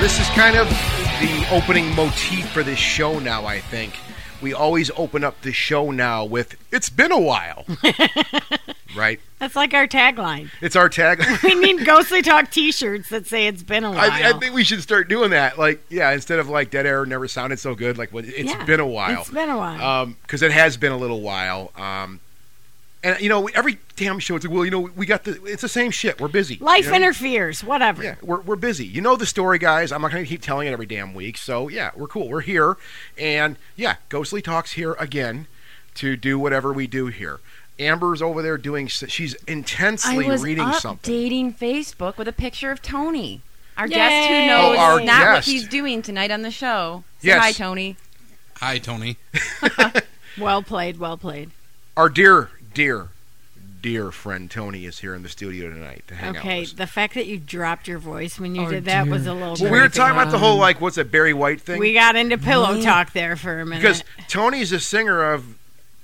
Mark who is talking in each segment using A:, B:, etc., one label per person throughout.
A: this is kind of the opening motif for this show now, I think. We always open up the show now with, It's been a while. right?
B: That's like our tagline.
A: It's our tag.
B: We need Ghostly Talk T-shirts that say it's been a while.
A: I, I think we should start doing that. Like, yeah, instead of like Dead Air never sounded so good, like, well, it's
B: Yeah,
A: been a while. Uh,
B: It's been a while.
A: because it has been a little while. Um, and you know, every damn show, it's like, well, you know, we got the, it's the same shit. We're busy.
B: Life
A: you know?
B: interferes. Whatever.
A: Yeah, we're, we're busy. You know the story, guys. I'm not going to keep telling it every damn week. So, yeah, we're cool. We're here. And, yeah, Ghostly Talk's here again to do whatever we do here. Amber's over there doing, s- she's
C: I
A: intensely
C: was
A: reading
C: updating
A: something.
C: Facebook with a picture of Tony, our
B: Yay.
C: guest who
B: Oh,
C: knows
A: our
C: not
A: guest.
C: what he's doing tonight on the show. Say
A: Yes.
C: hi, Tony.
D: Hi, Tony.
B: Well played. Well played.
A: Our dear, dear, dear friend Tony is here in the studio tonight to hang out
B: okay.
A: with us.
B: The fact that you dropped your voice when you
D: Oh,
B: did that
D: dear.
B: was a little.
A: Well, we were
B: creepy.
A: talking about the whole, like, what's a Barry White thing?
B: We got into pillow
C: Mm-hmm.
B: talk there for a minute.
A: because Tony's a singer of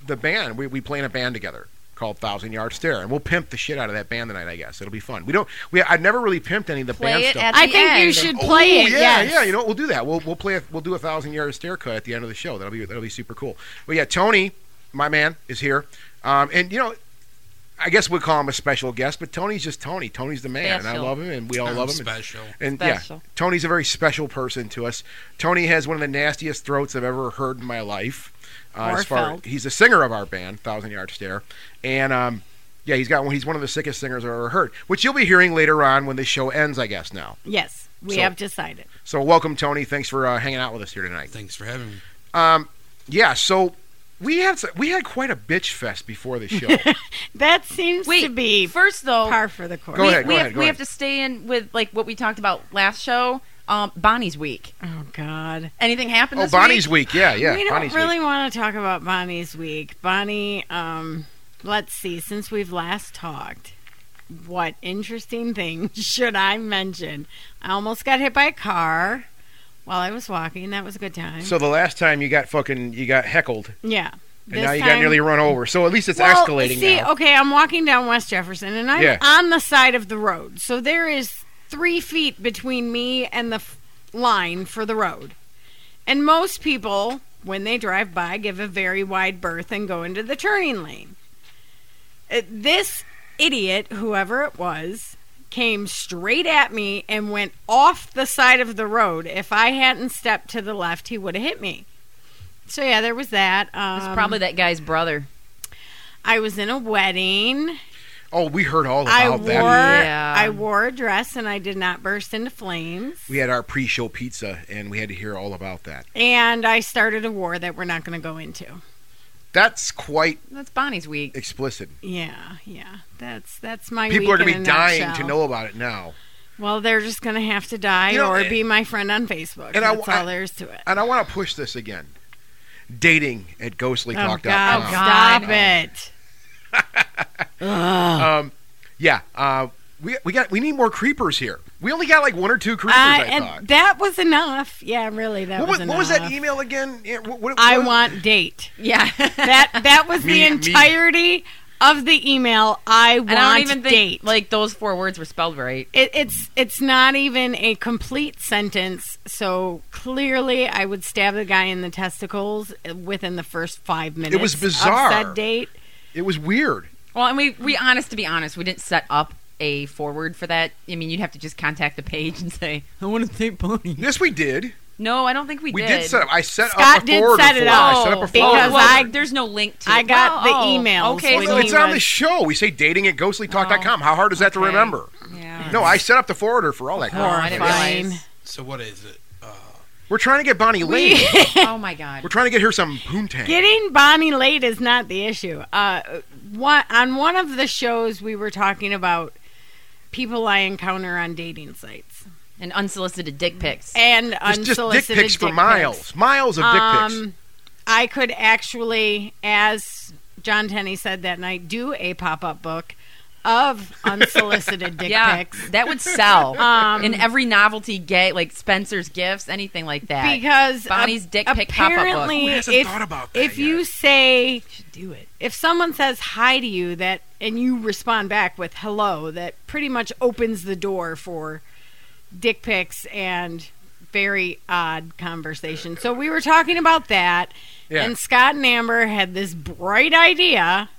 A: the band. We, we play in a band together called Thousand Yard Stare, and we'll pimp the shit out of that band tonight. I guess it'll be fun. We don't. We I never really pimped any of the band
C: Play it
A: stuff.
C: at the
B: I think
C: end.
B: you should play
A: Ooh,
B: it.
A: Oh, Yeah,
B: yes.
A: yeah. You know, what? we'll do that. We'll we'll play. A, we'll do a Thousand Yard Stare cut at the end of the show. That'll be that'll be super cool. But yeah, Tony, my man, is here, um, and you know. I guess we call him a special guest, but Tony's just Tony. Tony's the man, and I
C: Special.
A: love him, and we all
D: I'm
A: love him. and-
D: Special.
A: and
C: Special.
A: yeah, Tony's a very special person to us. Tony has one of the nastiest throats I've ever heard in my life. Uh,
B: Or
A: as far
B: felt.
A: he's a singer of our band, Thousand Yard Stare, and um, yeah, he's got one. He's one of the sickest singers I've ever heard, which you'll be hearing later on when the show ends, I guess. Now,
B: Yes. We
A: So-
B: have decided.
A: so welcome, Tony. Thanks for uh, hanging out with us here tonight.
D: Thanks for having me.
A: Um, yeah, so we had we had quite a bitch fest before the show. Oh,
B: That seems
C: Wait,
B: to be
C: first though,
B: par for the course.
A: Go
C: we,
A: ahead,
C: we
A: ahead,
C: have,
A: go
C: we
A: ahead.
C: have to stay in with like what we talked about last show. Um, Bonnie's week.
B: Oh God.
C: Anything happened?
A: oh,
C: this
A: Bonnie's
C: Week?
A: week. Yeah, yeah,
B: we don't
A: Bonnie's
B: really
A: week.
B: want to talk about Bonnie's week. Bonnie, um, let's see, since we've last talked, what interesting thing should I mention? I almost got hit by a car while I was walking. That was a good time.
A: So the last time you got fucking you got heckled,
B: yeah.
A: and now you got nearly run over. So at least it's
B: well,
A: escalating
B: see, uh,
A: now.
B: okay, I'm walking down West Jefferson and I'm
A: Yeah.
B: on the side of the road. So there is three feet between me and the f- line for the road. And most people, when they drive by, give a very wide berth and go into the turning lane. Uh, This idiot, whoever it was, came straight at me and went off the side of the road. If I hadn't stepped to the left, he would have hit me. So yeah, there was that. Um,
C: It's probably that guy's brother.
B: I was in a wedding.
A: Oh, we heard all about
B: I wore
A: that.
C: Yeah.
B: I wore a dress and I did not burst into flames.
A: We had our pre-show pizza, and we had to hear all about that.
B: And I started a war that we're not going to go into.
A: That's quite
C: That's Bonnie's week.
A: explicit.
B: Yeah, yeah. That's that's my
A: People
B: week
A: are going to
B: in
A: be
B: a
A: dying to
B: nutshell.
A: know about it now.
B: Well, they're just going to have to die
A: You know,
B: or
A: eh,
B: be my friend on Facebook.
A: and I-
B: that's
A: I-
B: all there is to it.
A: And I want to push this again. Dating at
B: Oh
A: ghostlytalk.com.
B: God,
C: Oh,
B: stop
C: God.
B: it. Ugh.
A: Um, yeah, uh, we we got we need more creepers here. We only got like one or two creepers. I,
B: I-
A: thought.
B: Uh, and that was enough. Yeah, really, that
A: what,
B: was
A: was,
B: enough.
A: what was that email again? Yeah, what- what-
B: I
A: what-
B: want date.
C: Yeah.
B: That that was
A: Me-
B: the
A: me.
B: entirety of the email. I want
C: And I don't even think
B: date.
C: like those four words were spelled right.
B: it, it's it's not even a complete sentence. So clearly, I would stab the guy in the testicles within the first five minutes.
A: was
B: of
A: bizarre.
B: said date.
A: It was weird.
C: Well, and we we honest to be honest, we didn't set up a forward for that. I mean, you'd have to just contact the page and say, "I want to date Bonnie."
A: Yes, we did.
C: No, I don't think we,
A: We
C: did.
A: did, set up. I set
B: Scott
A: up a
B: did
A: forward
B: set it
A: before.
B: up.
A: I set up a forward.
B: because
C: well,
B: I-
C: there's no link to.
B: I
C: it. Well,
B: got the
C: oh,
B: emails
C: Okay,
B: when
A: Well,
C: so
B: he
A: it's on the
B: was-
A: show. We say dating at
B: Oh,
A: ghostlytalk.com. How hard is that to
C: okay.
A: remember?
C: yeah.
A: No, I set up the forwarder for all that.
C: Oh,
A: crap.
C: I didn't
B: Horrifying.
C: realize.
D: So what is it? Uh,
A: We're trying to get Bonnie Lane.
C: oh my god.
A: We're trying to get her some poontang.
B: Getting Bonnie late is not the issue. Uh, one, on one of the shows, we were talking about people I encounter on dating sites
C: And unsolicited dick pics.
B: and
A: It's just dick
B: unsolicited
A: pics for
B: dick
A: miles, miles of dick pics.
B: Um, I could actually, as John Tenney said that night, do a pop up book of unsolicited dick
C: yeah,
B: pics.
C: that would sell
B: Um,
C: in every novelty gay, like Spencer's gifts, anything like that.
B: because ap-
C: Bonnie's dick pic pop-up book.
B: apparently,
A: Who hasn't
B: if,
A: thought about that
B: if you
A: yet?
B: say
C: You should do it.
B: if someone says hi to you that and you respond back with hello, that pretty much opens the door for dick pics and very odd conversation. So we were talking about that,
A: Yeah.
B: and Scott and Amber had this bright idea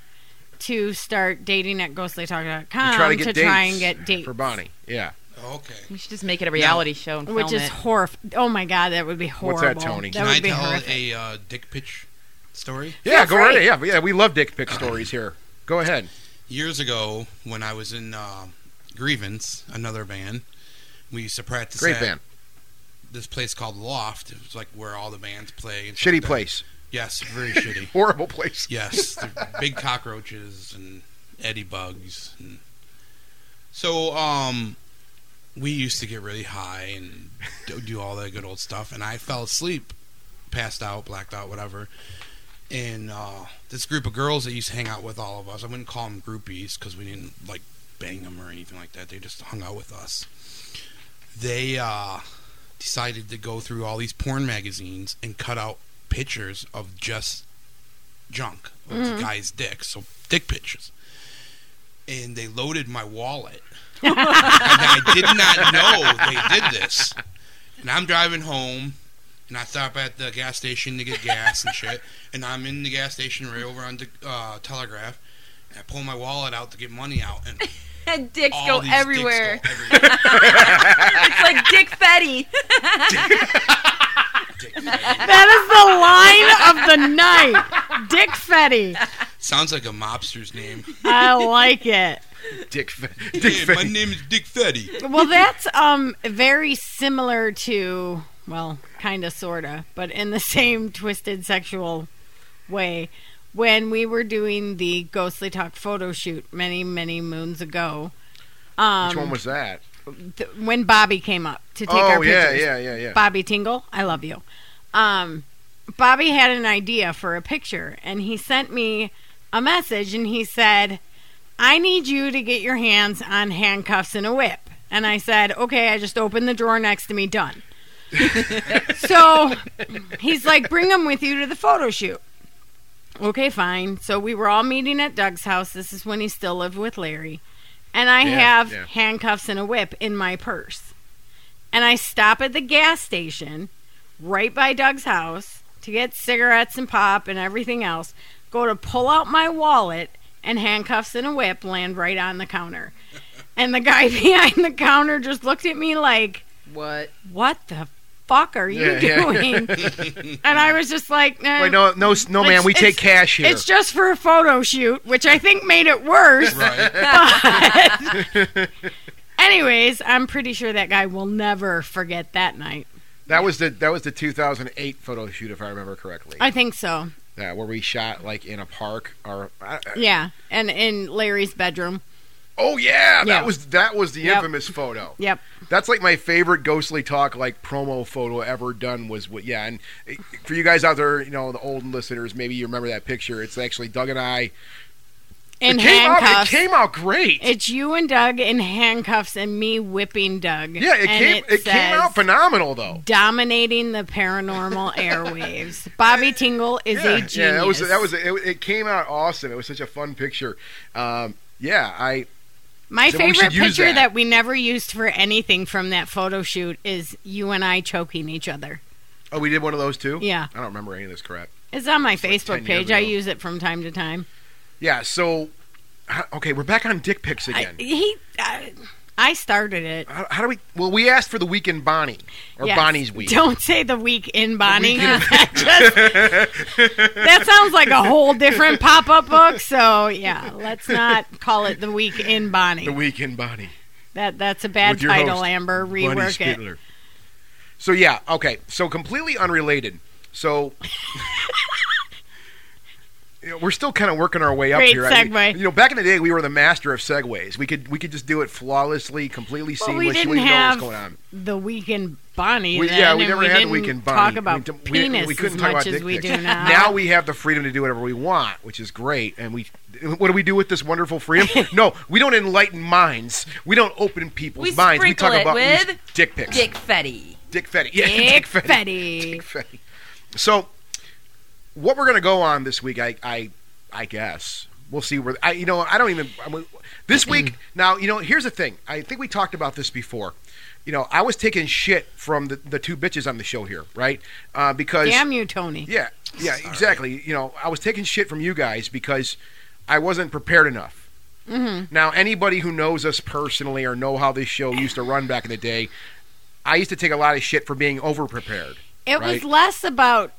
B: to start dating at ghostlytalk.com
A: You try to get dates
B: um, try and get dates.
A: for Bonnie. Yeah.
D: Oh, Okay.
C: We should just make it a reality show and film
B: Which is
C: it.
B: horrif Oh my god, that would be
A: What's
B: horrible.
A: that, Tony?
B: That
D: Can
B: would
D: I
B: be
D: tell
B: horrific.
D: a uh, dick pitch story?
A: Yeah, go
B: Feel
A: right
B: free.
A: ahead. Yeah, yeah, we love dick pic stories here. Go ahead.
D: Years ago, when I was in uh, Grievance, another band, we used to practice
A: Great
D: at
A: band.
D: this place called Loft. It was like where all the bands play. And stuff
A: Shitty
D: like that.
A: place.
D: Yes, very shitty.
A: Horrible place.
D: Yes, they're big cockroaches and eddy bugs. And so, um, we used to get really high and do- do all that good old stuff. And I fell asleep, passed out, blacked out, whatever. And uh, this group of girls that used to hang out with all of us, I wouldn't call them groupies because we didn't like bang them or anything like that. They just hung out with us. They uh, decided to go through all these porn magazines and cut out pictures of just junk of
B: Mm-hmm.
D: the guy's dick, so dick pictures. And they loaded my wallet. and I did not know they did this. And I'm driving home, and I stop at the gas station to get gas and shit. And I'm in the gas station right over on the uh, Telegraph. And I pull my wallet out to get money out, and
E: And dicks
D: all
E: go
D: these
E: everywhere.
D: Dicks go everywhere.
E: it's like Dick Fetty.
D: Dick everywhere.
B: That is the line of the night. Dick Fetty.
D: Sounds like a mobster's name.
B: I like it.
A: Dick. Fe- Dick.
D: Hey,
A: Fe-
D: my name is Dick Fetty.
B: Well, that's um very similar to well, kind of sorta, but in the same twisted sexual way when we were doing the ghostly talk photo shoot many many moons ago. Um
A: Which one was that?
B: th- when Bobby came up to take
A: oh
B: our
A: yeah,
B: pictures.
A: yeah, yeah, yeah.
B: Bobby Tingle, I love you. Um, Bobby had an idea for a picture, and he sent me a message, and he said, "I need you to get your hands on handcuffs and a whip." And I said, "Okay." I just opened the drawer next to me. Done. so he's like, "Bring them with you to the photo shoot." Okay, fine. So we were all meeting at Doug's house. This is when he still lived with Larry. And I
A: Yeah,
B: have
A: yeah.
B: handcuffs and a whip in my purse. And I stop at the gas station right by Doug's house to get cigarettes and pop and everything else. Go to pull out my wallet, and handcuffs and a whip land right on the counter. And the guy behind the counter just looked at me like,
C: What?
B: What the fuck are you
A: Yeah, yeah.
B: doing? and I was just like, nah.
A: Wait, no, no, no, man.
B: It's-
A: We take
B: it's-
A: cash here.
B: It's just for a photo shoot, which I think made it worse.
D: Right.
B: Anyways, I'm pretty sure that guy will never forget that night.
A: that was the that was the 2008 photo shoot, if I remember correctly.
B: I think so.
A: yeah, where we shot like in a park or. I, I-
B: Yeah. And in Larry's bedroom.
A: oh yeah, that
B: Yeah.
A: was that was the
B: Yep.
A: infamous photo.
B: Yep.
A: That's like my favorite ghostly talk, like promo photo ever done. Was what? Yeah, and eh, for you guys out there, you know the old listeners, maybe you remember that picture. It's actually Doug and I.
B: In
A: it came out. It
B: handcuffs.
A: came out great.
B: it's you and Doug in handcuffs and me whipping Doug.
A: yeah, it
B: And
A: came. It, came
B: says,
A: out phenomenal though.
B: Dominating the paranormal airwaves. Bobby Tingle is
A: yeah,
B: a genius.
A: yeah, that was that was it, it. Came out awesome. It was such a fun picture. Um, yeah, I
B: My
A: Then we
B: favorite
A: should use
B: picture that.
A: that.
B: we never used for anything from that photo shoot is you and I choking each other.
A: oh we did one of those too.
B: Yeah.
A: I don't remember any of this crap.
B: It's on my
A: like 10
B: Facebook
A: years
B: page. I
A: ago.
B: use it from time to time.
A: Yeah, so h- okay, we're back on dick pics
B: I,
A: again.
B: he, I, I started it.
A: how, how do we? Well, we asked for the week in Bonnie or
B: Yes.
A: Bonnie's week.
B: Don't say the week in Bonnie. that, just- that sounds like a whole different pop up book. So yeah, let's not call it the week in Bonnie.
A: The week in Bonnie.
B: that that's a bad
A: With your
B: title,
A: host,
B: Amber.
A: Bunny
B: Rework it.
A: Spittler. So yeah, okay. So completely unrelated. So you know, we're still kind of working our way up
B: Great
A: here. I- we-
B: segue.
A: you know, back in the day, we were the master of segues. We could we could just do it flawlessly, completely
B: Well,
A: seamless.
B: we
A: You
B: didn't
A: wouldn't know
B: have
A: what's going on.
B: the weekend Bonnie.
A: We-
B: then,
A: yeah, we
B: and
A: never had the
B: didn't
A: weekend Bonnie.
B: Talk
A: We
B: about
A: d- we-
B: penis
A: we couldn't
B: as
A: talk
B: much
A: about
B: as
A: dick
B: we
A: pics.
B: do now.
A: Now we have the freedom to do whatever we want, which is great. And we, what do we do with this wonderful freedom? no, we don't enlighten minds. We don't open people's
E: We
A: minds. We
E: sprinkle
A: talk
E: it
A: about we-
E: with
A: dick pics.
E: Dick Fetty.
A: Dick Fetty. Yeah,
B: Dick
A: Dick
B: Fetty.
A: Fetty. So, what we're gonna go on this week? I, I, I guess we'll see where. I, you know, I don't even. I mean, this week now. You know, here's the thing. I think we talked about this before. you know, I was taking shit from the, the two bitches on the show here, right? Uh, because
B: Damn you, Tony.
A: yeah, yeah,
D: Sorry.
A: exactly. You know, I was taking shit from you guys because I wasn't prepared enough. Mm-hmm. Now, anybody who knows us personally or know how this show used to run back in the day, I used to take a lot of shit for being overprepared.
B: It
A: right?
B: was less about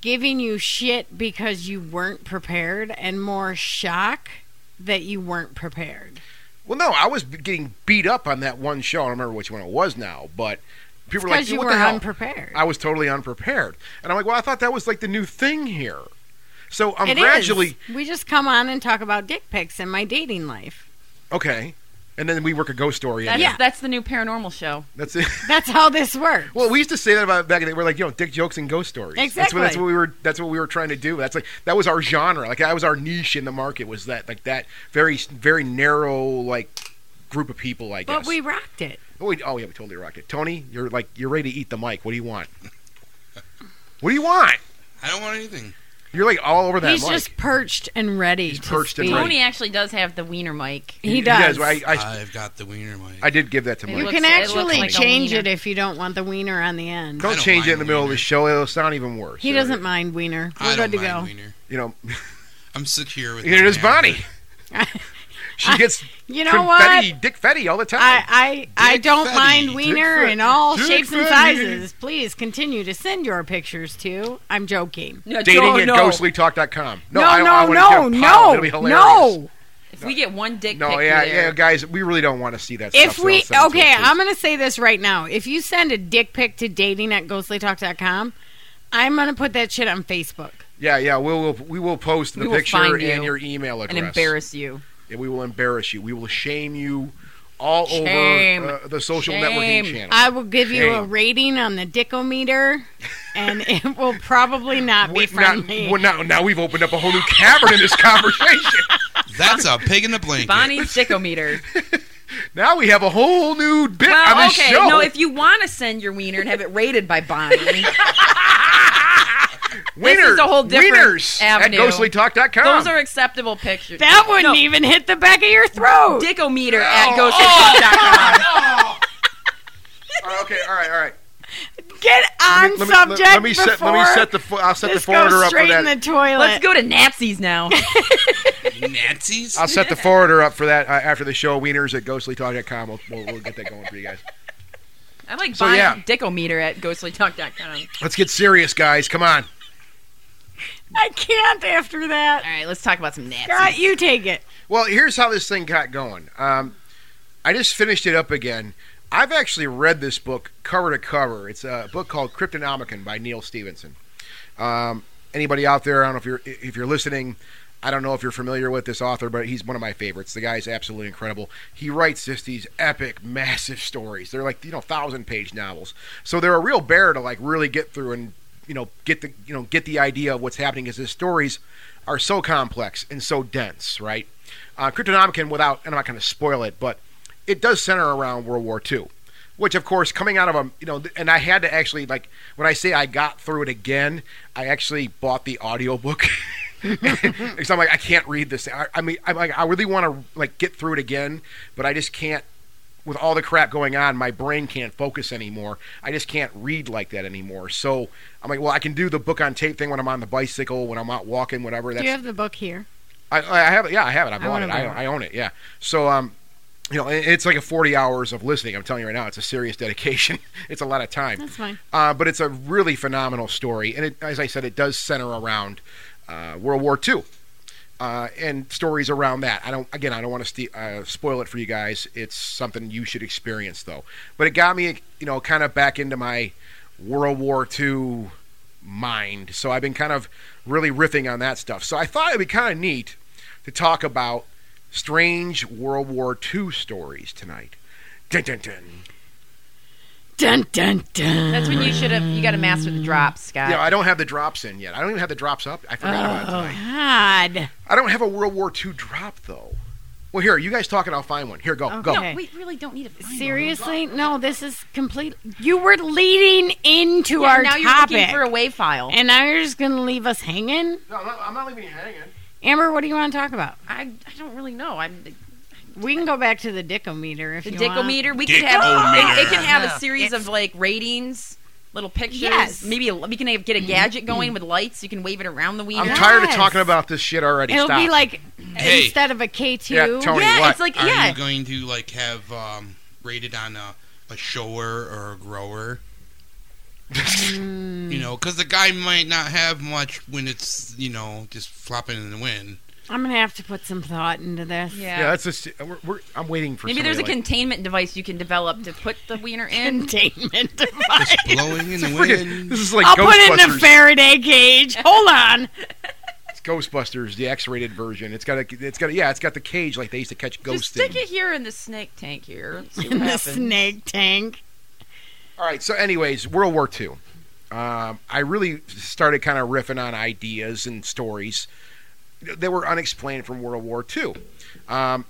B: giving you shit because you weren't prepared and more shock that you weren't prepared.
A: Well, no, I was b- getting beat up on that one show. I don't remember which one it was now, but people were like,
B: Because you
A: "What
B: were
A: the hell?"
B: unprepared.
A: I was totally unprepared, and I'm like, "Well, I thought that was like the new thing here." So I'm
B: It is.
A: gradually
B: We just come on and talk about dick pics and my dating life.
A: okay, and then we work a ghost story.
C: That's,
A: in
B: Yeah.
C: that's the new paranormal show.
A: That's it.
B: That's how this works.
A: Well, we used to say that about back in the day. We're like, you know, dick jokes and ghost stories. That's what, that's
B: Exactly.
A: what we were. That's what we were trying to do. That's like that was our genre. Like that was our niche in the market. Was that like that very very narrow like group of people? I guess.
B: but we rocked it.
A: Oh, we, oh yeah, we totally rocked it. Tony, you're like you're ready to eat the mic. What do you want? What do you want?
D: I don't want anything.
A: You're like all over that
B: He's
A: mic.
B: just perched and ready.
A: He's
B: to
A: perched and
B: speak.
A: ready.
C: Tony actually does have the wiener mic.
B: He
A: You guys,
B: does.
A: I, I,
D: I've got the wiener mic.
A: I did give that to
C: You
A: Mike.
B: you
C: It
B: can
C: looks- it looks
B: actually
C: like a
B: change
C: wiener.
B: it if you don't want the wiener on the end.
A: don't,
D: I don't
A: change it in
D: mind
A: the middle of the
D: wiener.
A: show. It'll sound even worse.
B: He doesn't mind wiener. We're
D: I don't
B: good to
D: mind
B: go.
D: wiener.
A: You know,
D: I'm secure with.
A: you know
D: my
A: his body.
D: manhood.
A: She gets
B: You know what?
A: confetti, dick fetty all the time.
B: I I, I
D: Dick
B: don't
D: fatty.
B: mind
D: Dick
B: wiener
A: fatty.
B: in all
A: Dick
B: shapes and
A: fatty.
B: sizes. Please continue to send your pictures to. I'm joking.
E: No,
A: dating
E: don't-
A: at
E: no.
A: ghostlytalk.com. No,
B: no,
A: I,
B: no,
A: I wanna get a
B: no,
A: pile. It'll be
B: no,
A: hilarious.
B: no.
E: If we get one dick
A: No,
E: pic
A: yeah,
E: there,
A: yeah, guys, we really don't want to see that stuff.
B: If
A: so
B: we
A: send it to
B: okay,
A: us, please.
B: I'm gonna say this right now. If you send a dick pic to dating at ghostlytalk.com, I'm gonna put that shit on Facebook.
A: Yeah, yeah, we'll, we'll we will post the
C: We will
A: picture
C: find you
A: and your email address.
C: And embarrass you.
A: Yeah, we will embarrass you. We will shame you all
C: Shame.
A: over uh, the social
C: Shame.
A: networking channel.
B: I will give you a
A: Shame.
B: rating on the dickometer, and it will probably not be
A: We- now,
B: friendly.
A: well, now, now we've opened up a whole new cavern in this conversation.
D: That's a pig in the blanket.
C: Bonnie's dickometer.
A: Now we have a whole new bit on
E: Well,
A: this
E: okay.
A: show.
E: No, if you want to send your wiener and have it rated by Bonnie,
A: Wiener-
C: this is a whole different
A: wieners
C: avenue.
A: at ghostlytalk.com.
C: Those are acceptable pictures.
B: that wouldn't
C: no,
B: even hit the back of your throat.
E: dickometer at ghostandfuck.com.
A: Oh, okay, all right, all right.
B: Get on
A: Let me, let me-
B: subject
A: let me
B: before
A: set. Let me set the. fo- I'll set the
B: this
A: forwarder
B: goes
A: up for
B: straight
A: that.
B: in the toilet.
C: Let's go to Napsies now.
D: Nazis.
A: I'll set the forwarder up for that uh, after the show. Wieners at ghostlytalk.com. We'll, we'll, we'll get that going for you guys.
C: I like
A: So,
C: Bonnie's
A: yeah.
C: dickometer at ghostlytalk.com.
A: Let's get serious, guys. Come on.
B: I can't after that.
C: All right, let's talk about some Napsies.
B: God, you take it.
A: Well, here's how this thing got going. Um, I just finished it up again. I've actually read this book cover to cover. It's a book called Cryptonomicon by Neil Stevenson. Um, anybody out there? I don't know if you're if you're listening. I don't know if you're familiar with this author, but he's one of my favorites. The guy's absolutely incredible. He writes just these epic, massive stories. They're like you know thousand page novels, so they're a real bear to like really get through and you know get the you know get the idea of what's happening. Because his stories are so complex and so dense, right? Uh, Cryptonomicon, without and I'm not going to spoil it, but it does center around World War II, which of course coming out of a you know, th- and I had to actually like when I say I got through it again, I actually bought the audiobook. because I'm like I can't read this. I, I mean, I'm like I really want to like get through it again, but I just can't. With all the crap going on, my brain can't focus anymore. I just can't read like that anymore. So I'm like, well, I can do the book on tape thing when I'm on the bicycle, when I'm out walking, whatever. That's
B: Do you have the book here?
A: I, I have it. Yeah, I have it. I bought
B: wanna
A: it.
B: borrow
A: I, I own it. Yeah. So um, you know, it- it's like a forty hours of listening. I'm telling you right now, it's a serious dedication. it's a lot of time.
B: That's fine.
A: Uh, but it's a really phenomenal story, and it, as I said, it does center around uh, World War II. Uh, and stories around that. I don't. Again, I don't want to ste- uh, spoil it for you guys. It's something you should experience, though. But it got me, you know, kind of back into my World War II mind. So I've been kind of really riffing on that stuff. So I thought it'd be kind of neat to talk about strange World War II stories tonight. Dun dun dun.
B: Dun dun dun.
C: That's when you should have. You got to master the drops, Scott.
A: Yeah, I don't have the drops in yet. I don't even have the drops up. I forgot about it
B: Oh.
A: tonight.
B: God.
A: I don't have a World War II drop though. Well, here, you guys talking? I'll find one. Here, go, go.
B: Okay.
C: No, we really don't need a
B: Seriously? No, this is complete. You were leading into
C: Yeah,
B: our
C: now you're
B: topic.
C: looking for a WAV file.
B: and now you're just going to leave us hanging?
A: No, I'm not, I'm not leaving you hanging.
B: Amber, what do you want to talk about?
C: I, I don't really know. I'm
B: We can go back to the dickometer if
E: The
B: you want.
E: dickometer. We could have.
D: Dickometer.
E: It, it can have
C: Yeah.
E: a
B: Yes.
E: series of like ratings, little pictures.
B: Yes.
E: Maybe a- we can have, get a gadget going with lights. You can wave it around the wiener.
A: I'm tired of
B: Yes.
A: talking about this shit already.
B: It'll
A: Stop.
B: be like
D: Hey.
B: instead of a K two.
A: Yeah, Tony.
E: yeah,
A: what?
E: it's like
D: Are
E: yeah.
D: you going to like have um, rated on a, a shower or a grower? You know, because the guy might not have much when it's you know just flopping in the wind.
B: I'm gonna have to put some thought into this.
E: yeah.
A: yeah, that's just. We're, we're, I'm waiting for.
E: Maybe there's a
A: somebody
E: containment device you can develop to put the wiener in.
B: Containment
D: Just
B: device.
D: blowing in the
A: like, Friggin-
D: wind.
A: This is like
B: I'll put
A: Ghostbusters.
B: it in a Faraday cage. Hold on.
A: It's Ghostbusters, the X-rated version. It's got a. It's got a, Yeah, it's got the cage like they used to catch
E: Just
A: ghosts
E: stick
A: in.
E: it here in the snake tank here. and see
B: In the
E: what happens.
B: snake tank.
A: All right. So, anyways, World War II. Um, I really started kind of riffing on ideas and stories that were unexplained from World War II. Um,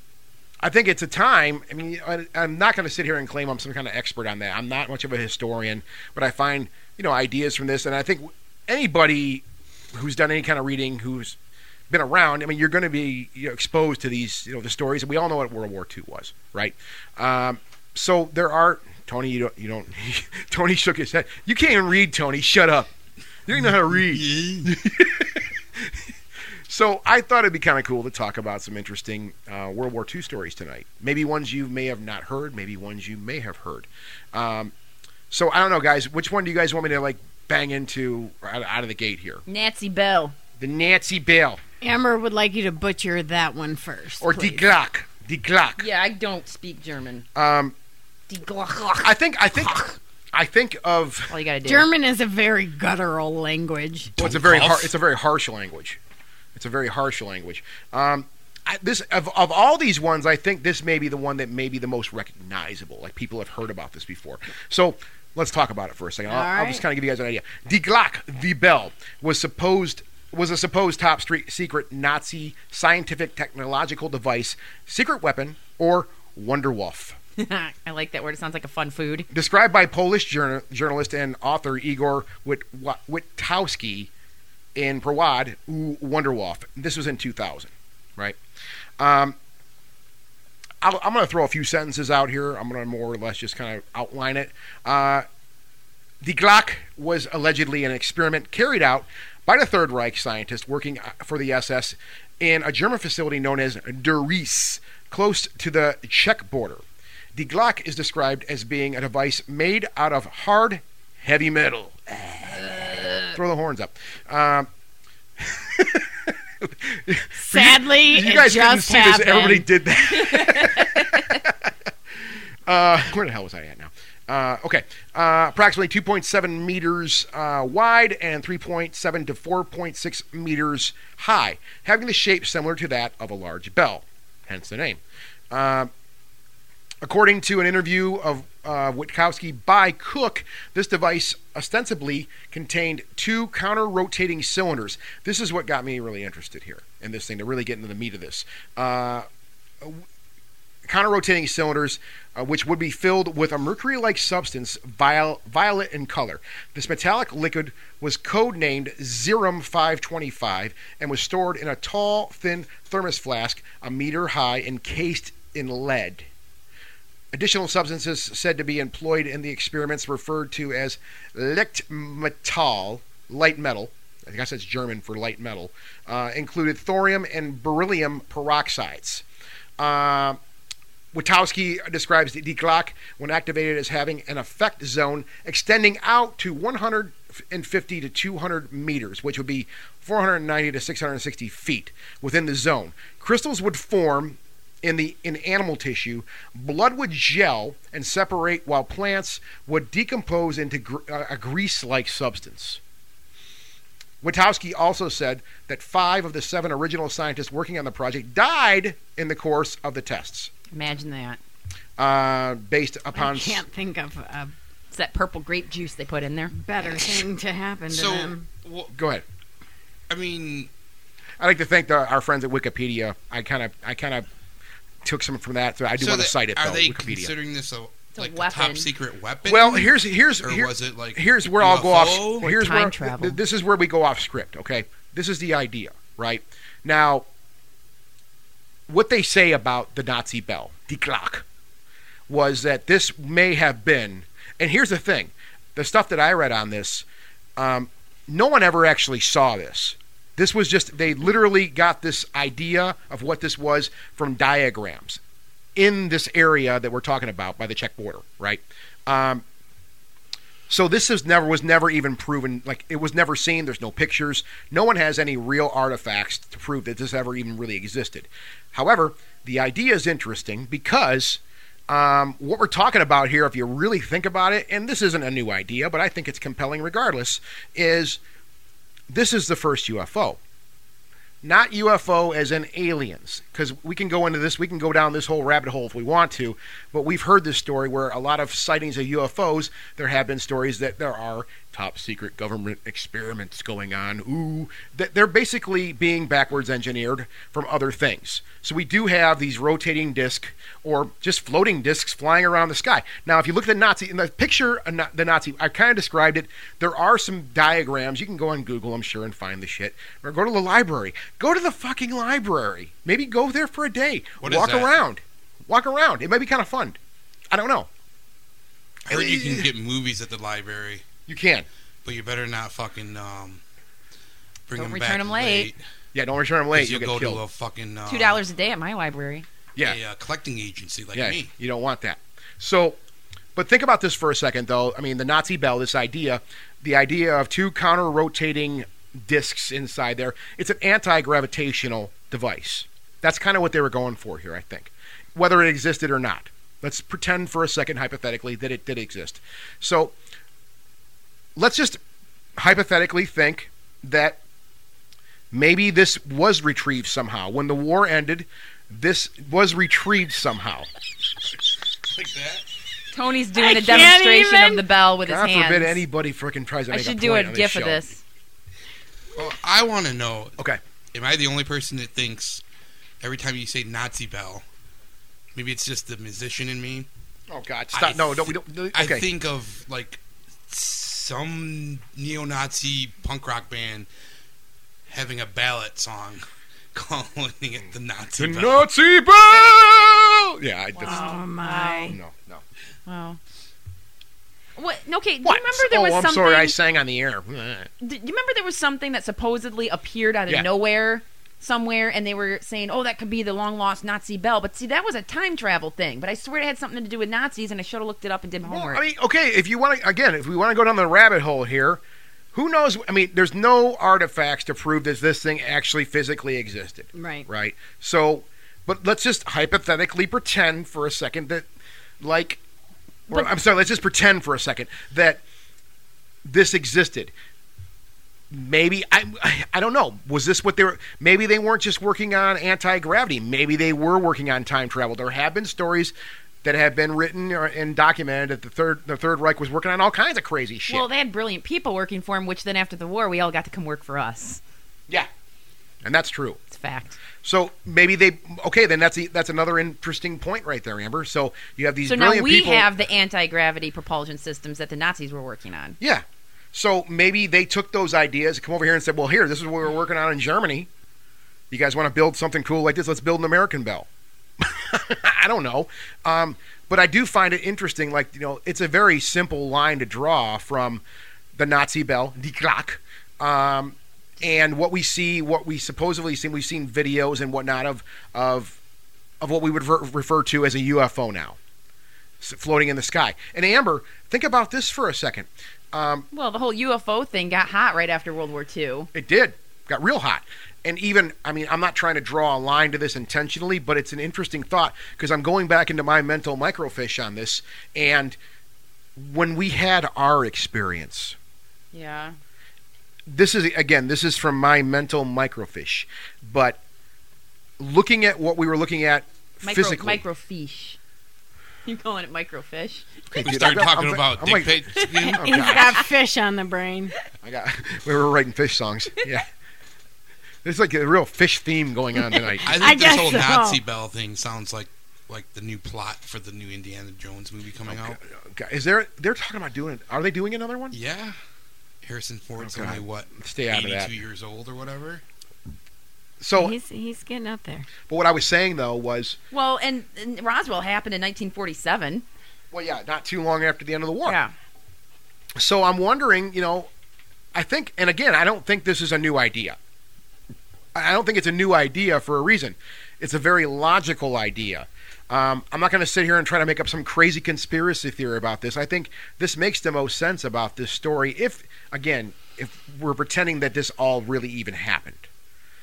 A: I think it's a time. I mean, I, I'm not going to sit here and claim I'm some kind of expert on that. I'm not much of a historian, but I find you know ideas from this, and I think anybody who's done any kind of reading who's been around, I mean, you're going to be you know, exposed to these, you know, the stories. And we all know what World War II was, right? Um, so there are Tony. You don't. You don't. Tony shook his head. You can't even read, Tony. Shut up. You don't even know how to read. So I thought it'd be kind of cool to talk about some interesting uh, World War II stories tonight. Maybe ones you may have not heard, maybe ones you may have heard. Um, so I don't know, guys. Which one do you guys want me to like bang into right out of the gate here?
E: Nancy Bell.
A: The Nancy Bell
B: Amber would like you to butcher that one first.
A: or Die
B: please.
A: Glock? Die Glock.
E: Yeah, I don't speak German.
A: Um,
E: Die Glock.
A: I think. I think. I think of.
E: All you gotta do.
B: German is a very guttural language.
A: Well, it's a very
D: Tonkov?
A: har- it's a very harsh language. It's a very harsh language. Um, I, this of, of all these ones, I think this may be the one that may be the most recognizable. Like people have heard about this before. So let's talk about it for a second. I'll,
B: All
A: I'll
B: right.
A: just kind of give you guys an idea. Die Glock, the bell, was supposed was a supposed top street secret Nazi scientific technological device, secret weapon, or Wonderwaffe
C: I like that word. It sounds like a fun food.
A: described by Polish journal- journalist and author Igor Wit- Wa- Witowski in Prawad u Wonderwolf. This was in 2000, right? Um, I'll, I'm going to throw a few sentences out here. I'm going to more or less just kind of outline it. Uh, the Glock was allegedly an experiment carried out by the Third Reich scientist working uh, for the SS in a German facility known as Der Ries, close to the Czech border. The Glock is described as being a device made out of hard, heavy metal. Throw the horns up. Um,
B: Sadly,
A: you guys
B: it
A: couldn't
B: just
A: see this.
B: happened.
A: Everybody did that. uh, where the hell was I at now? Uh, okay, uh, approximately 2.7 meters uh, wide and 3.7 to 4.6 meters high, having the shape similar to that of a large bell, hence the name. Um, According to an interview of uh, Witkowski by Cook, this device ostensibly contained two counter rotating cylinders. This is what got me really interested here in this thing to really get into the meat of this. Uh, counter rotating cylinders, uh, which would be filled with a mercury like substance, viol- violet in color. This metallic liquid was codenamed Zerum 525 and was stored in a tall, thin thermos flask a meter high, encased in lead. Additional substances said to be employed in the experiments referred to as Lichtmetall, light metal. I guess that's German for light metal. Uh, included thorium and beryllium peroxides. Uh, Witowski describes the Glock when activated as having an effect zone extending out to 150 to 200 meters, which would be 490 to 660 feet within the zone. Crystals would form in the in animal tissue. Blood would gel and separate, while plants would decompose into gr- uh, a grease-like substance. Witowski also said that five of the seven original scientists working on the project died in the course of the tests
C: Imagine that.
A: uh, based
B: I
A: upon.
B: can't think of a
C: It's that purple grape juice they put in there.
A: Uh-huh.
B: better thing to happen to
D: So,
B: them.
D: well,
A: Go ahead.
D: I mean,
A: I'd like to thank the, our friends at Wikipedia. I kind of, I kind of took some from that, so I do
D: so
A: want
D: that-
A: to cite it.
D: Are
A: though,
D: they
A: Wikipedia.
D: considering this a
E: a
D: like a
E: weapon.
D: top secret weapon?
A: well, here's here's
D: Or
A: here-
D: was it like
A: here's where I'll go
D: UFO?
A: off.
C: Or
A: Here's
C: time
A: where
C: travel?
A: th- this is where we go off script. Okay, this is the idea, right? Now, what they say about the Nazi bell, die Glock, was that this may have been. And here's the thing: the stuff that I read on this, um, no one ever actually saw this. This was just they literally got this idea of what this was from diagrams in this area that we're talking about by the Czech border, right? Um, so this is never was never even proven. Like it was never seen. There's no pictures. No one has any real artifacts to prove that this ever even really existed. However, the idea is interesting because um, what we're talking about here, if you really think about it, and this isn't a new idea, but I think it's compelling regardless, is this is the first UFO. Not UFO as in aliens, because we can go into this, we can go down this whole rabbit hole if we want to, but we've heard this story where a lot of sightings of UFOs, there have been stories that there are top secret government experiments going on. Ooh, that they're basically being backwards engineered from other things. So we do have these rotating disc or just floating discs flying around the sky. Now, if you look at the Nazi in the picture, of Na- the Nazi, I kind of described it. There are some diagrams. You can go on Google, I'm sure, and find the shit. Or go to the library. Go to the fucking library. Maybe go there for a day.
D: What is
A: Walk
D: that?
A: around. Walk around. It might be kind of fun. I don't know.
D: I heard you can get movies at the library,
A: You can.
D: but you better not fucking um, bring
C: Don't
D: them
C: return
D: back
C: 'em late.
A: Yeah, don't return them
D: 'cause
A: late. You'll
D: You'll
A: get
D: go
A: killed.
D: to a fucking uh,
C: Two dollars a day at my library.
A: yeah.
D: a, uh, collecting agency like
A: yeah,
D: me.
A: you don't want that. So, but think about this for a second, though. I mean, the Nazi bell, this idea, the idea of two counter rotating discs inside there, it's an anti gravitational device. That's kind of what they were going for here, I think, whether it existed or not. Let's pretend for a second, hypothetically, that it did exist. So, let's just hypothetically think that maybe this was retrieved somehow. When the war ended, this was retrieved somehow.
D: Like that.
C: Tony's
B: I
C: doing a
B: can't
C: demonstration
B: even-
C: of the bell with
A: God
C: his hands.
A: forbid anybody freaking tries to
C: I
A: make
C: should
A: a
C: do a
A: point on
C: gif of
A: show.
C: this.
D: Well, I want to know.
A: Okay.
D: Am I the only person that thinks every time you say Nazi bell, maybe it's just the musician in me?
A: Oh God! Stop!
D: I
A: no, no, we
D: th-
A: don't. no,
D: I
A: okay.
D: think of like some neo-Nazi punk rock band having a ballad song calling it the Nazi
A: the
D: bell.
A: Nazi bell. Yeah, I just
B: Oh my!
A: no, no.
C: Wow.
E: What? Okay. Do
A: What?
E: you remember there was
A: oh, I'm
E: something?
A: sorry, I sang on the air.
E: Do you remember there was something that supposedly appeared out of
A: Yeah.
E: nowhere somewhere, and they were saying, "Oh, that could be the long lost Nazi bell." But see, that was a time travel thing. But I swear it had something to do with Nazis, and I should have looked it up and did my
A: Well,
E: homework.
A: I mean, okay, if you want to, again, if we want to go down the rabbit hole here, who knows? I mean, there's no artifacts to prove that this thing actually physically existed.
B: Right.
A: right? So, but let's just hypothetically pretend for a second that, like, or, I'm sorry, let's just pretend for a second that this existed. Maybe I, I- I don't know. Was this what they were? Maybe they weren't just working on anti gravity. Maybe they were working on time travel. There have been stories that have been written or, and documented that the third the Third Reich was working on all kinds of crazy shit.
E: Well, they had brilliant people working for him, which then after the war, we all got to come work for us.
A: yeah, and that's true.
E: It's a fact.
A: So maybe they okay. Then that's a, that's another interesting point right there, Amber. So you have these
E: So now
A: brilliant
E: we
A: people.
E: have the anti gravity propulsion systems that the Nazis were working on.
A: yeah. So maybe they took those ideas, come over here and said, "Well, here, this is what we were working on in Germany. You guys want to build something cool like this? Let's build an American bell." I don't know, um, but I do find it interesting. Like you know, it's a very simple line to draw from the Nazi bell, die Glock, um, and what we see, what we supposedly seen. We've seen videos and whatnot of of of what we would refer, refer to as a UFO now, s- floating in the sky. And Amber, think about this for a second. Um,
E: Well, the whole UFO thing got hot right after World War II.
A: it did, got real hot. And even, I mean, I'm not trying to draw a line to this intentionally, but it's an interesting thought because I'm going back into my mental microfiche on this. And when we had our experience,
E: Yeah.
A: this is again this is from my mental microfiche but looking at what we were looking at
E: Micro,
A: physically
E: Microfiche. You calling it microfish?
A: Okay,
D: We
A: dude,
D: started
A: I'm-
D: talking
A: I'm-
D: about
A: I'm
D: dick
A: like-
D: pics. You know?
A: oh,
B: He's
A: God.
B: got fish on the brain.
A: I got we were writing fish songs yeah there's like a real fish theme going on tonight
D: I think
B: I
D: this
B: guess
D: whole
B: so.
D: Nazi bell thing sounds like like the new plot for the new Indiana Jones movie coming out.
A: Okay, is there they're talking about doing are they doing another one
D: Yeah. Harrison Ford's
A: Oh, God.
D: only what
A: stay out of that
D: eighty-two years old or whatever.
A: So,
B: he's he's getting up there.
A: but what I was saying though was,
E: Well, and, and Roswell happened in 1947.
A: well, yeah, not too long after the end of the war.
E: Yeah.
A: So I'm wondering, you know, I think, and again, I don't think this is a new idea. I I don't think it's a new idea for a reason. It's a very logical idea. Um, I'm not going to sit here and try to make up some crazy conspiracy theory about this. I think this makes the most sense about this story. If, again, if we're pretending that this all really even happened,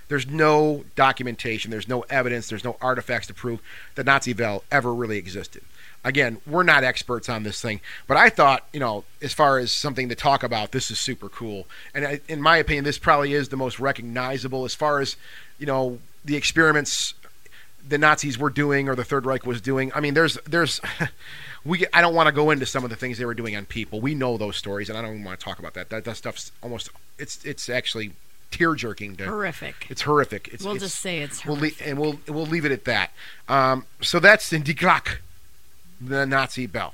A: there's no documentation, there's no evidence, there's no artifacts to prove that Nazi Vel ever really existed. Again, we're not experts on this thing, but I thought, you know, as far as something to talk about, this is super cool. And I, in my opinion, this probably is the most recognizable as far as, you know, the experiments the Nazis were doing or the Third Reich was doing. I mean, there's there's we I don't want to go into some of the things they were doing on people. We know those stories, and I don't even want to talk about that. That that stuff's almost it's it's actually tear jerking.
B: Horrific.
A: It's horrific. It's,
B: We'll
A: it's-
B: just say it's
A: we'll le- and we'll we'll leave it at that. Um, so that's the Die Glock, the Nazi bell.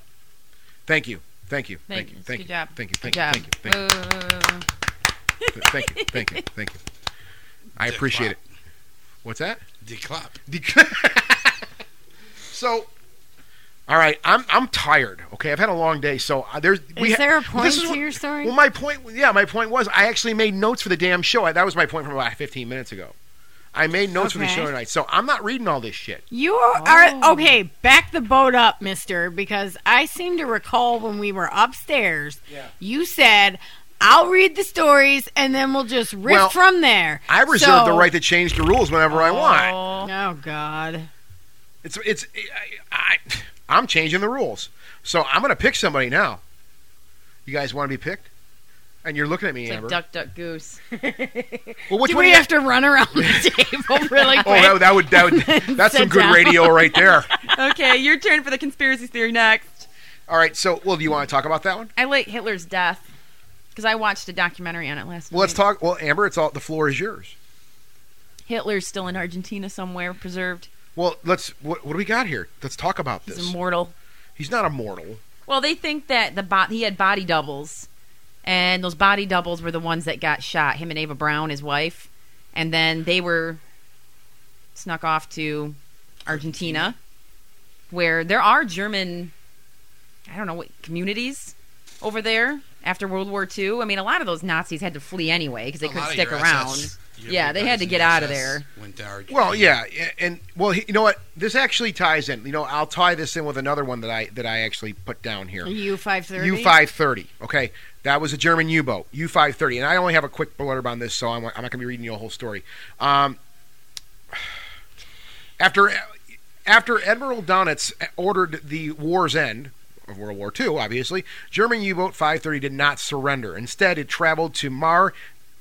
A: Thank you. Thank you. Thank,
C: Thank
A: you.
C: you.
A: Thank
C: Good
A: you.
C: job.
A: Thank you.
C: Good
A: Thank you.
C: job.
A: Thank you. Thank you.
C: Uh,
A: Th- Thank you. Thank you. Thank you. I
D: Dick
A: appreciate it.
D: clap.
A: What's that?
D: The clap.
A: so, all right, I'm I'm tired. Okay, I've had a long day. So uh, there's we ha-
B: Is there a
A: this
B: point
A: is
B: to
A: what-
B: your story?
A: Well, my point, yeah, my point was I actually made notes for the damn show. I, that was my point from about 15 minutes ago. I made notes for the
B: Okay.
A: show tonight, so I'm not reading all this shit.
B: You are,
A: Oh.
B: are okay. Back the boat up, Mister, because I seem to recall when we were upstairs,
A: Yeah.
B: you said, "I'll read the stories and then we'll just riff
A: Well,
B: from there."
A: I reserve the
B: So-
A: right to change the rules whenever I want.
B: Oh God!
A: It's it's I, I I'm changing the rules, so I'm gonna pick somebody now. You guys want to be picked? And you're looking at me,
E: It's like
A: Amber.
E: duck, duck, goose.
A: well, which
B: Do
A: one
B: we
A: you-
B: have to run around the table really
A: Oh,
B: quick?
A: that, that would that would that's some
B: Sit
A: good
B: down.
A: radio right there.
E: okay, your turn for the conspiracy theory next.
A: All right, so well, do you want to talk about that one?
E: I like Hitler's death because I watched a documentary on it last
A: Well, let's
E: night.
A: talk. Well, Amber, it's all the floor is yours.
E: Hitler's still in Argentina somewhere, preserved.
A: Well, let's what, what do we got here? Let's talk about
E: He's
A: this.
E: immortal.
A: He's not immortal.
E: Well, they think that the bo- he had body doubles, and those body doubles were the ones that got shot. Him and Ava Brown, his wife, and then they were snuck off to Argentina, where there are German, I don't know what communities over there after World War II. I mean, a lot of those Nazis had to flee anyway because they
D: A
E: couldn't
D: lot of
E: stick
D: your
E: around.
D: SS your
E: yeah,
D: big
E: they
D: guys
E: had to
D: in
E: get
D: the
E: out of
D: SS
E: there.
D: Went to Argentina.
A: Well, yeah, and well, he- you know what? This actually ties in. You know, I'll tie this in with another one that I that I actually put down here.
B: U five thirty.
A: U five thirty. Okay, that was a German U boat. U five thirty, and I only have a quick blurb on this, so I'm, I'm not going to be reading you a whole story. Um, after after Admiral Donitz ordered the war's end of World War II, obviously, German U boat five thirty did not surrender. Instead, it traveled to Mar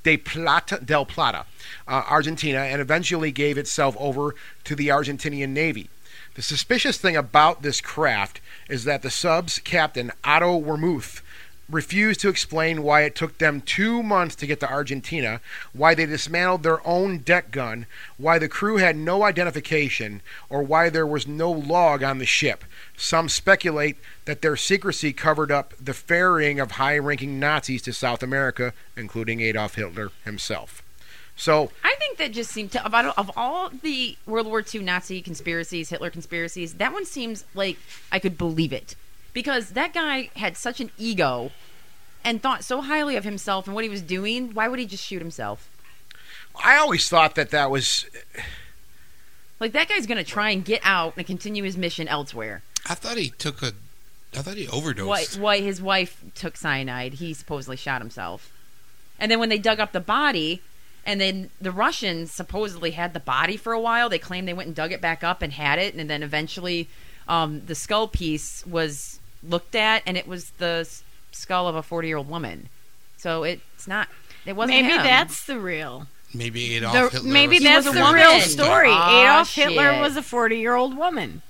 A: de Plata del Plata, uh, Argentina, and eventually gave itself over to the Argentinian Navy. The suspicious thing about this craft is that the sub's captain, Otto Wermuth, refused to explain why it took them two months to get to Argentina, why they dismantled their own deck gun, why the crew had no identification, or why there was no log on the ship. Some speculate that their secrecy covered up the ferrying of high ranking Nazis to South America, including Adolf Hitler himself. So,
E: I think that just seemed to about of all the World War II Nazi conspiracies, Hitler conspiracies, that one seems like I could believe it because that guy had such an ego and thought so highly of himself and what he was doing. Why would he just shoot himself?
A: I always thought that that was
E: Like that guy's gonna try and get out and continue his mission elsewhere.
D: I thought he took a. I thought he
E: Why?
D: overdosed.
E: Why his wife took cyanide? He supposedly shot himself, and then when they dug up the body. And then the Russians supposedly had the body for a while. They claimed they went and dug it back up and had it, and then eventually, um, the skull piece was looked at, and it was the s- skull of a forty-year-old woman. So it's not. It wasn't.
B: Maybe
E: him.
B: that's the real.
D: Maybe Adolf
B: the-
D: Hitler.
B: maybe
D: was
B: that's
E: He was
B: the
E: a woman.
B: real story.
E: Aw,
B: Adolf Hitler
E: Ah, shit.
B: was a forty-year-old woman.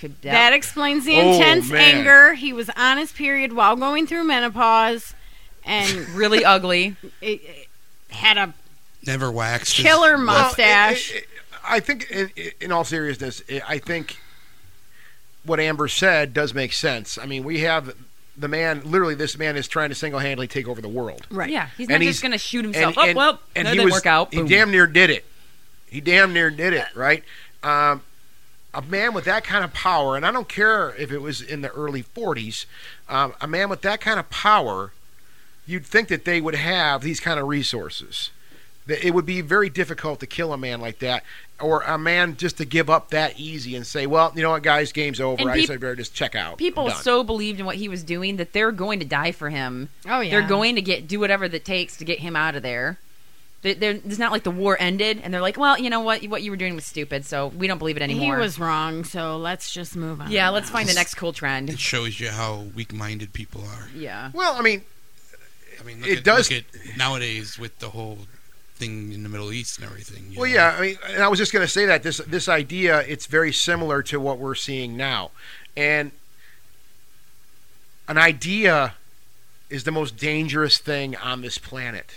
E: Could
B: That explains the
A: Oh,
B: intense
A: man.
B: anger. He was on his period while going through menopause and
E: really ugly.
B: it, it had a
D: Never waxed. his
B: killer
D: lip.
B: mustache.
A: Well, it- it- I think, in, in all seriousness, i I think what Amber said does make sense. I mean, we have the man. Literally, this man is trying to single-handedly take over the world.
B: right.
E: Yeah, he's
A: And
E: not
A: he's-
E: just going to shoot
A: And-
E: himself. oh
A: and-
E: well,
A: and
E: that
A: he
E: didn't
A: was-
E: work out.
A: He
E: Boom.
A: damn near did it. He damn near did it, right? Um, a man with that kind of power, and I don't care if it was in the early 40s, um, a man with that kind of power, you'd think that they would have these kind of resources. That it would be very difficult to kill a man like that, or a man just to give up that easy and say, "Well, you know what, guys, game's over.
E: And
A: I
E: peop-
A: said better just check out." I'm
E: People
A: done."
E: so believed in what he was doing that they're going to die for him.
B: Oh, yeah.
E: They're going to get do whatever that takes to get him out of there. They- they're- it's not like the war ended and they're like, well, you know what? What you were doing was stupid, so we don't believe it anymore.
B: He was wrong, so let's just move on.
E: yeah, let's find the next cool trend.
D: It shows you how weak-minded people are.
E: Yeah.
A: well, I mean,
D: I mean, look
A: It
D: at,
A: does-
D: Look at nowadays with the whole thing in the Middle East and everything. you
A: Well,
D: know.
A: yeah, I mean, and I was just going to say that this this idea it's very similar to what we're seeing now, and an idea is the most dangerous thing on this planet,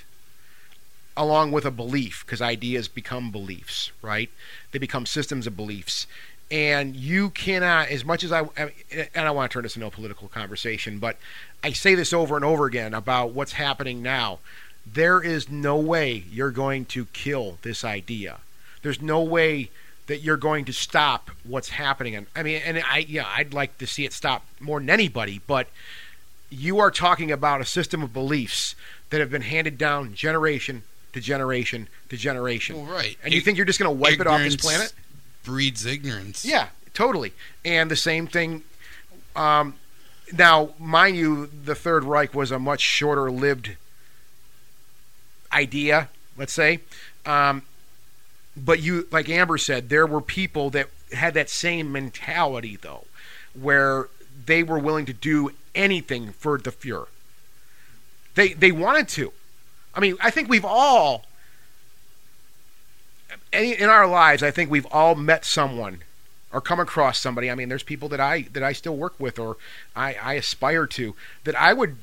A: along with a belief, because ideas become beliefs, right? They become systems of beliefs, and you cannot, as much as I, I- and I want to turn this into a political conversation, but I say this over and over again about what's happening now there is no way you're going to kill this idea. There's no way that you're going to stop what's happening. And I mean, and I yeah, I'd like to see it stop more than anybody, but you are talking about a system of beliefs that have been handed down generation to generation to generation.
D: Well, right.
A: And you think you're just going to wipe it off this
D: Ignorance
A: planet?
D: Breeds ignorance.
A: Yeah, totally. And the same thing. Um, now, mind you, the Third Reich was a much shorter lived idea, let's say. Um, but you, like Amber said, there were people that had that same mentality, though, where they were willing to do anything for the Fuhrer. They, they wanted to. I mean, I think we've all any, in our lives, I think we've all met someone or come across somebody. I mean, there's people that I that I still work with or I, I aspire to that I would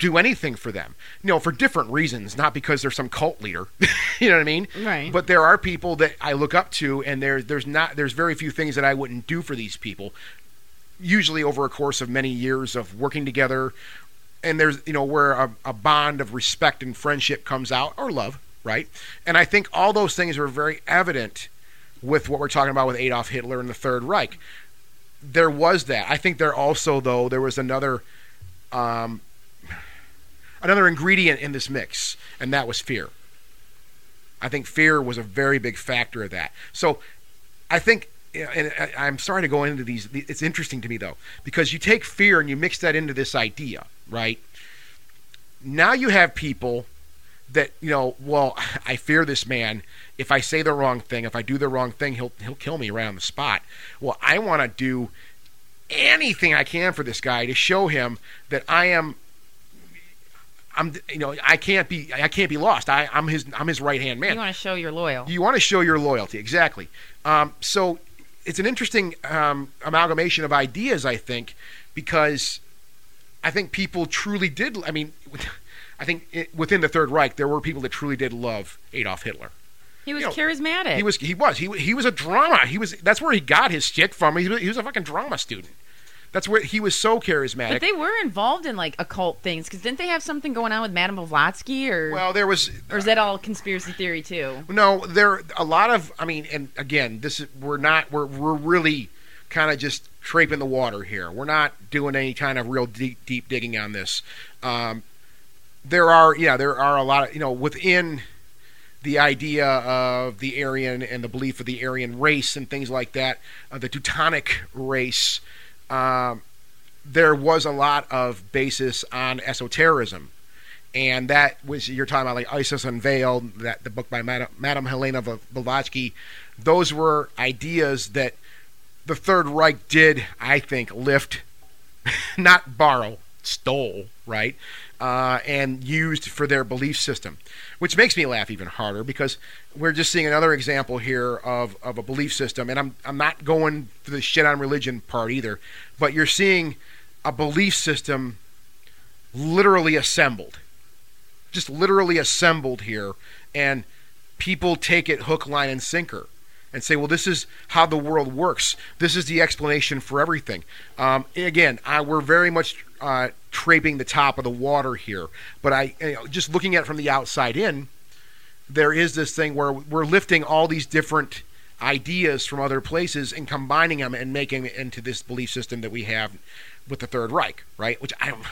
A: do anything for them. You know, for different reasons, not because they're some cult leader. you know what I mean?
B: Right.
A: But there are people that I look up to, and there there's not there's very few things that I wouldn't do for these people. Usually over a course of many years of working together, and there's you know where a, a bond of respect and friendship comes out or love, right? And I think all those things are very evident with what we're talking about with Adolf Hitler and the Third Reich. There was that. I think there also though there was another um, another ingredient in this mix, and that was fear. I think fear was a very big factor of that. So I think, and I- I'm sorry to go into these. It's interesting to me though because you take fear and you mix that into this idea, right? Now you have people that you know. Well, I fear this man. If I say the wrong thing, if I do the wrong thing, he'll he'll kill me right on the spot. Well, I want to do anything I can for this guy to show him that I am I'm you know I can't be I can't be lost. I, I'm his I'm his right hand man.
E: You want to show you're loyal.
A: You want to show your loyalty, exactly. Um, so it's an interesting um, amalgamation of ideas, I think, because I think people truly did. I mean, I think it, within the Third Reich, there were people that truly did love Adolf Hitler.
E: He was
A: you know,
E: charismatic.
A: He was he was he, wa- he was a drama. He was that's where he got his shtick from. He was, he was a fucking drama student. That's where he was so charismatic.
E: but they were involved in like occult things because didn't they have something going on with Madame Blavatsky or
A: well, there was
E: or is that all conspiracy theory too?
A: No, there a lot of. I mean, and again, this is we're not we're we're really kind of just scraping the water here. We're not doing any kind of real deep deep digging on this. Um, there are yeah, there are a lot of you know within the idea of the Aryan and the belief of the Aryan race and things like that, uh, the Teutonic race. Um, there was a lot of basis on esotericism and that was you're talking about like Isis Unveiled, that the book by Madam, Madam Helena Bl- Blavatsky. Those were ideas that the Third Reich did, I think, lift, not borrow, stole, right, uh, and used for their belief system, which makes me laugh even harder because we're just seeing another example here of, of a belief system, and I'm I'm not going for the shit on religion part either, but you're seeing a belief system literally assembled just literally assembled here and people take it hook line and sinker and say well this is how the world works this is the explanation for everything um, again I, we're very much uh, traping the top of the water here but i you know, just looking at it from the outside in there is this thing where we're lifting all these different ideas from other places and combining them and making it into this belief system that we have with the Third Reich, right? Which I don't.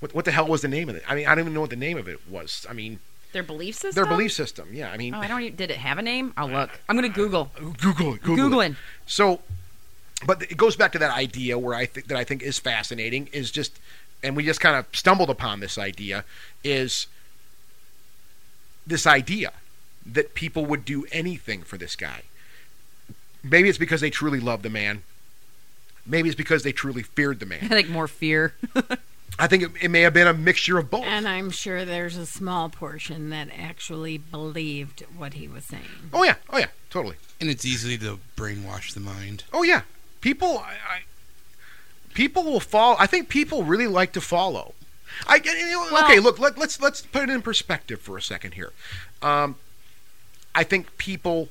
A: What, what the hell was the name of it? I mean, I don't even know what the name of it was. I mean,
E: Their belief system.
A: their belief system. Yeah, I mean,
E: Oh, I don't. Even, did it have a name? I'll look. I'm gonna Google.
A: Google it. Google it.
E: Googling.
A: So, but it goes back to that idea where I think that I think is fascinating is just, and we just kind of stumbled upon this idea is this idea that people would do anything for this guy. Maybe it's because they truly love the man. Maybe it's because they truly feared the
E: I
A: man.
E: think more fear.
A: I think it, it may have been a mixture of both.
B: And I'm sure there's a small portion that actually believed what he was saying.
A: oh yeah, oh yeah, totally.
D: And it's easy to brainwash the mind.
A: Oh yeah, people, I, I, people will follow. I think people really like to follow. I get- you know,
E: Well-
A: okay. Look, let, let's let's put it in perspective for a second here. Um, I think people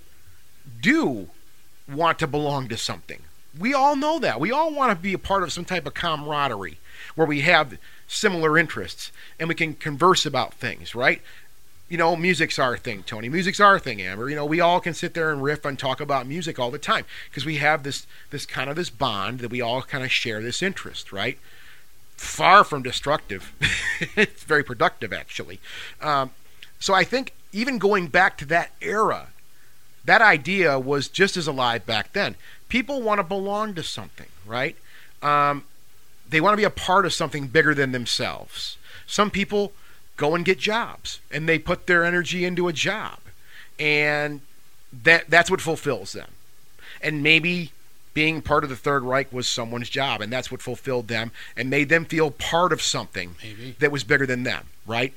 A: do want to belong to something. We all know that. We all want to be a part of some type of camaraderie where we have similar interests and we can converse about things, right? You know, music's our thing, Tony. Music's our thing, Amber. You know, we all can sit there and riff and talk about music all the time because we have this this kind of this bond that we all kind of share this interest, right? Far from destructive. it's very productive, actually. Um, so I think even going back to that era, that idea was just as alive back then. People want to belong to something, right? Um, they want to be a part of something bigger than themselves. Some people go and get jobs and they put their energy into a job, and that that's what fulfills them. And maybe being part of the Third Reich was someone's job, and that's what fulfilled them and made them feel part of something
D: Maybe.
A: that was bigger than them, right?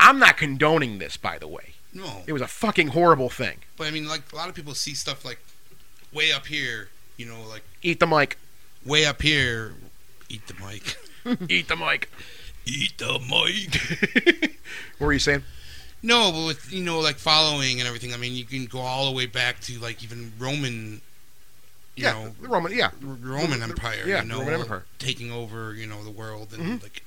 A: I'm not condoning this, by the way.
D: No.
A: It was a fucking horrible thing.
D: But I mean, like, a lot of people see stuff like way up here, you know, like
A: Eat the mic.
D: way up here. Eat the mic.
A: Eat the mic.
D: Eat the mic.
A: What were you saying?
D: No, but with, you know, like following and everything, I mean, you can go all the way back to, like, even Roman, you
A: yeah,
D: know,
A: the Roman. Yeah,
D: R- Roman Empire,
A: yeah,
D: you know,
A: Roman Empire.
D: taking over, you know, the world and
A: Mhm.
D: like,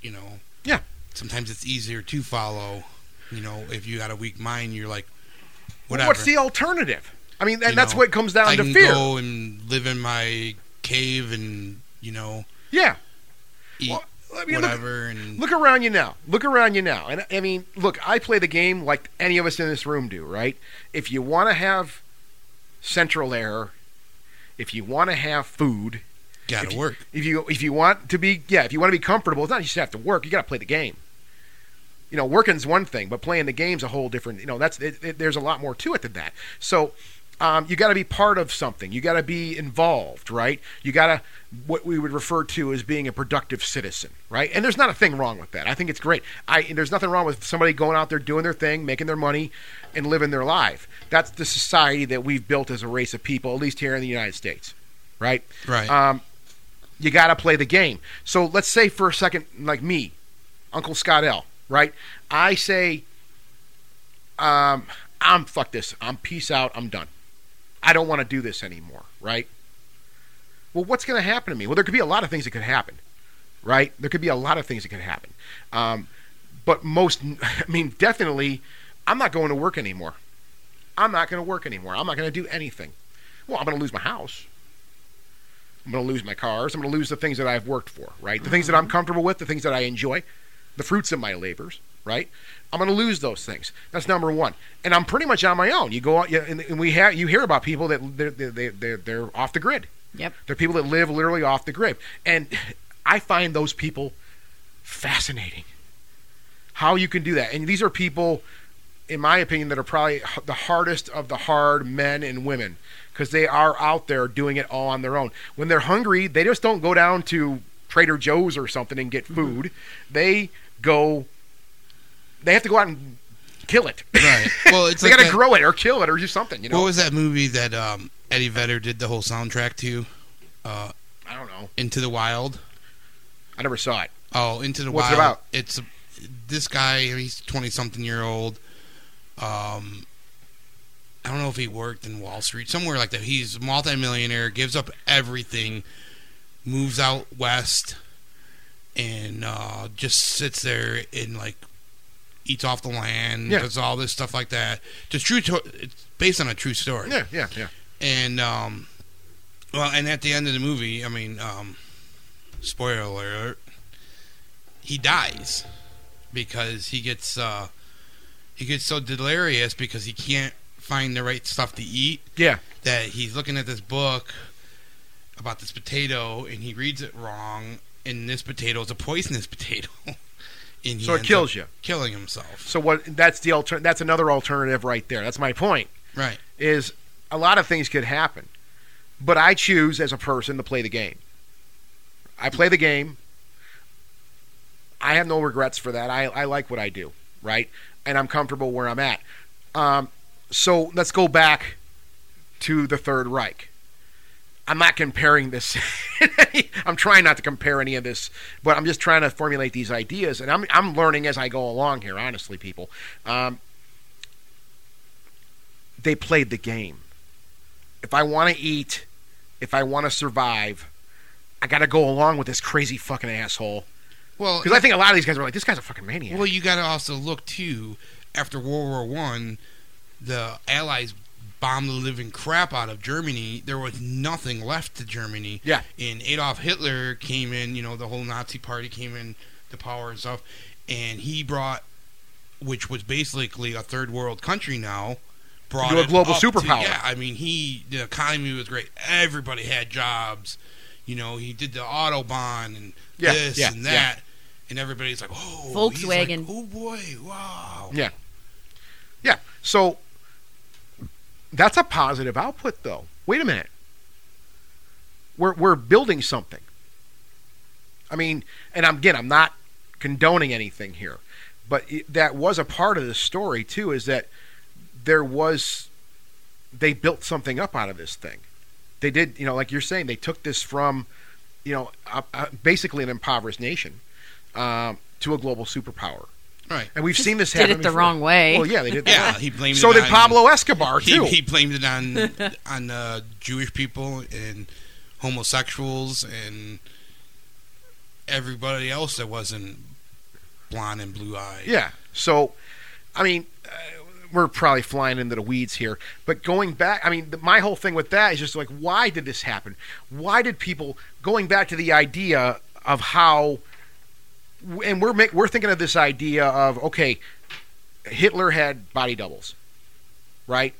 D: you know,
A: Yeah.
D: Sometimes it's easier to follow, you know, if you got a weak mind, you're like, whatever.
A: What's the alternative? I mean, and
D: You
A: that's
D: know,
A: what it comes down
D: I
A: to
D: can
A: fear.
D: go and live in my cave and you know
A: Yeah.
D: eat
A: Well, I mean, look,
D: whatever and
A: look around you now. Look around you now. And I mean, look, I play the game like any of us in this room do, right? If you want to have central air, if you want to have food,
D: gotta
A: if you-
D: work.
A: If you if you want to be yeah, if you want to be comfortable, it's not you just have to work. You got to play the game. You know, working's one thing, but playing the game's a whole different. You know, that's it, it, there's a lot more to it than that. So. Um, you got to be part of something. You got to be involved, right? You got to what we would refer to as being a productive citizen, right? And there's not a thing wrong with that. I think it's great. I and there's nothing wrong with somebody going out there doing their thing, making their money, and living their life. That's the society that we've built as a race of people, at least here in the United States, right?
D: Right.
A: Um, you got to play the game. So let's say for a second, like me, Uncle Scott L, right? I say, um, I'm fuck this. I'm peace out. I'm done. I don't want to do this anymore, right? Well, what's going to happen to me? Well, there could be a lot of things that could happen, right? There could be a lot of things that could happen. Um, but most, I mean, definitely, I'm not going to work anymore. I'm not going to work anymore. I'm not going to do anything. Well, I'm going to lose my house. I'm going to lose my cars. I'm going to lose the things that I've worked for, right? The things that I'm comfortable with, the things that I enjoy, the fruits of my labors, right? I'm going to lose those things. That's number one. And I'm pretty much on my own. You go out, you, and, and we have you hear about people that they're, they're, they're, they're off the grid.
E: Yep.
A: They're people that live literally off the grid, and I find those people fascinating. How you can do that, and these are people, in my opinion, that are probably h- the hardest of the hard men and women because they are out there doing it all on their own. When they're hungry, they just don't go down to Trader Joe's or something and
D: Mm-hmm.
A: get food. They go. They have to go out and kill it.
D: right. Well, it's
A: they
D: like
A: got to
D: that-
A: grow it or kill it or do something. You know,
D: What was that movie that um, Eddie Vedder did the whole soundtrack to? Uh,
A: I don't know.
D: Into the Wild.
A: I never saw it.
D: Oh, Into the
A: What's it
D: Wild.
A: about?
D: It's this guy. He's twenty something year old. Um, I don't know if he worked in Wall Street somewhere like that. He's a multimillionaire. Gives up everything. Moves out west, and uh, just sits there and like eats off the land,
A: Yeah.
D: does all this stuff like that. It's true. To- it's based on a true story.
A: Yeah, yeah, yeah.
D: And um, well, and at the end of the movie, I mean, um, spoiler alert, he dies because he gets uh, he gets so delirious because he can't find the right stuff to eat
A: Yeah.
D: that he's looking at this book about this potato and he reads it wrong and this potato is a poisonous potato and he
A: So it
D: ends
A: kills
D: up
A: you.
D: killing himself
A: So what? That's the alter- That's another alternative right there. That's my point.
D: right
A: Is a lot of things could happen, but I choose as a person to play the game. I play the game. I have no regrets for that. I, I like what I do, right? And I'm comfortable where I'm at. Um, so let's go back to the Third Reich. I'm not comparing this. I'm trying not to compare any of this, but I'm just trying to formulate these ideas, and I'm I'm learning as I go along here. Honestly, people, um, they played the game. If I want to eat, if I want to survive, I got to go along with this crazy fucking asshole.
D: well
A: Because I think a lot of these guys were like, "This guy's a fucking maniac."
D: well you got to also look too after world war one the allies bombed the living crap out of germany there was nothing left to germany
A: Yeah.
D: and adolf hitler came in you know the whole nazi party came in to power and stuff and he brought which was basically a third world country now brought
A: To a
D: it
A: global
D: up to-
A: superpower.
D: yeah i mean he the economy was great everybody had jobs you know he did the autobahn and
A: Yeah,
D: this
A: yeah,
D: and
A: yeah.
D: that and everybody's like oh he's like,
E: Volkswagen.
D: oh boy wow
A: Yeah. Yeah. So that's a positive output, though. Wait a minute. We're we're building something. I mean, and I'm, again, I'm not condoning anything here, but it, that was a part of the story too. Is that there was they built something up out of this thing. They did, you know, like you're saying, they took this from, you know, uh, uh, basically an impoverished nation um, to a global superpower.
D: Right.
A: And we've seen this
E: did
A: happen
E: it the
A: before.
E: wrong way.
A: Well, yeah, they did.
D: yeah
A: That.
D: he blamed
A: So
D: it
A: did
D: on-
A: Pablo Escobar too.
D: he, he blamed it on on uh, Jewish people and homosexuals and everybody else that wasn't blonde and blue eyed.
A: yeah. So, I mean, uh, we're probably flying into the weeds here, but going back, I mean, the, my whole thing with that is just like, why did this happen? Why did people going back to the idea of how? And we're make, we're thinking of this idea of okay, Hitler had body doubles, right?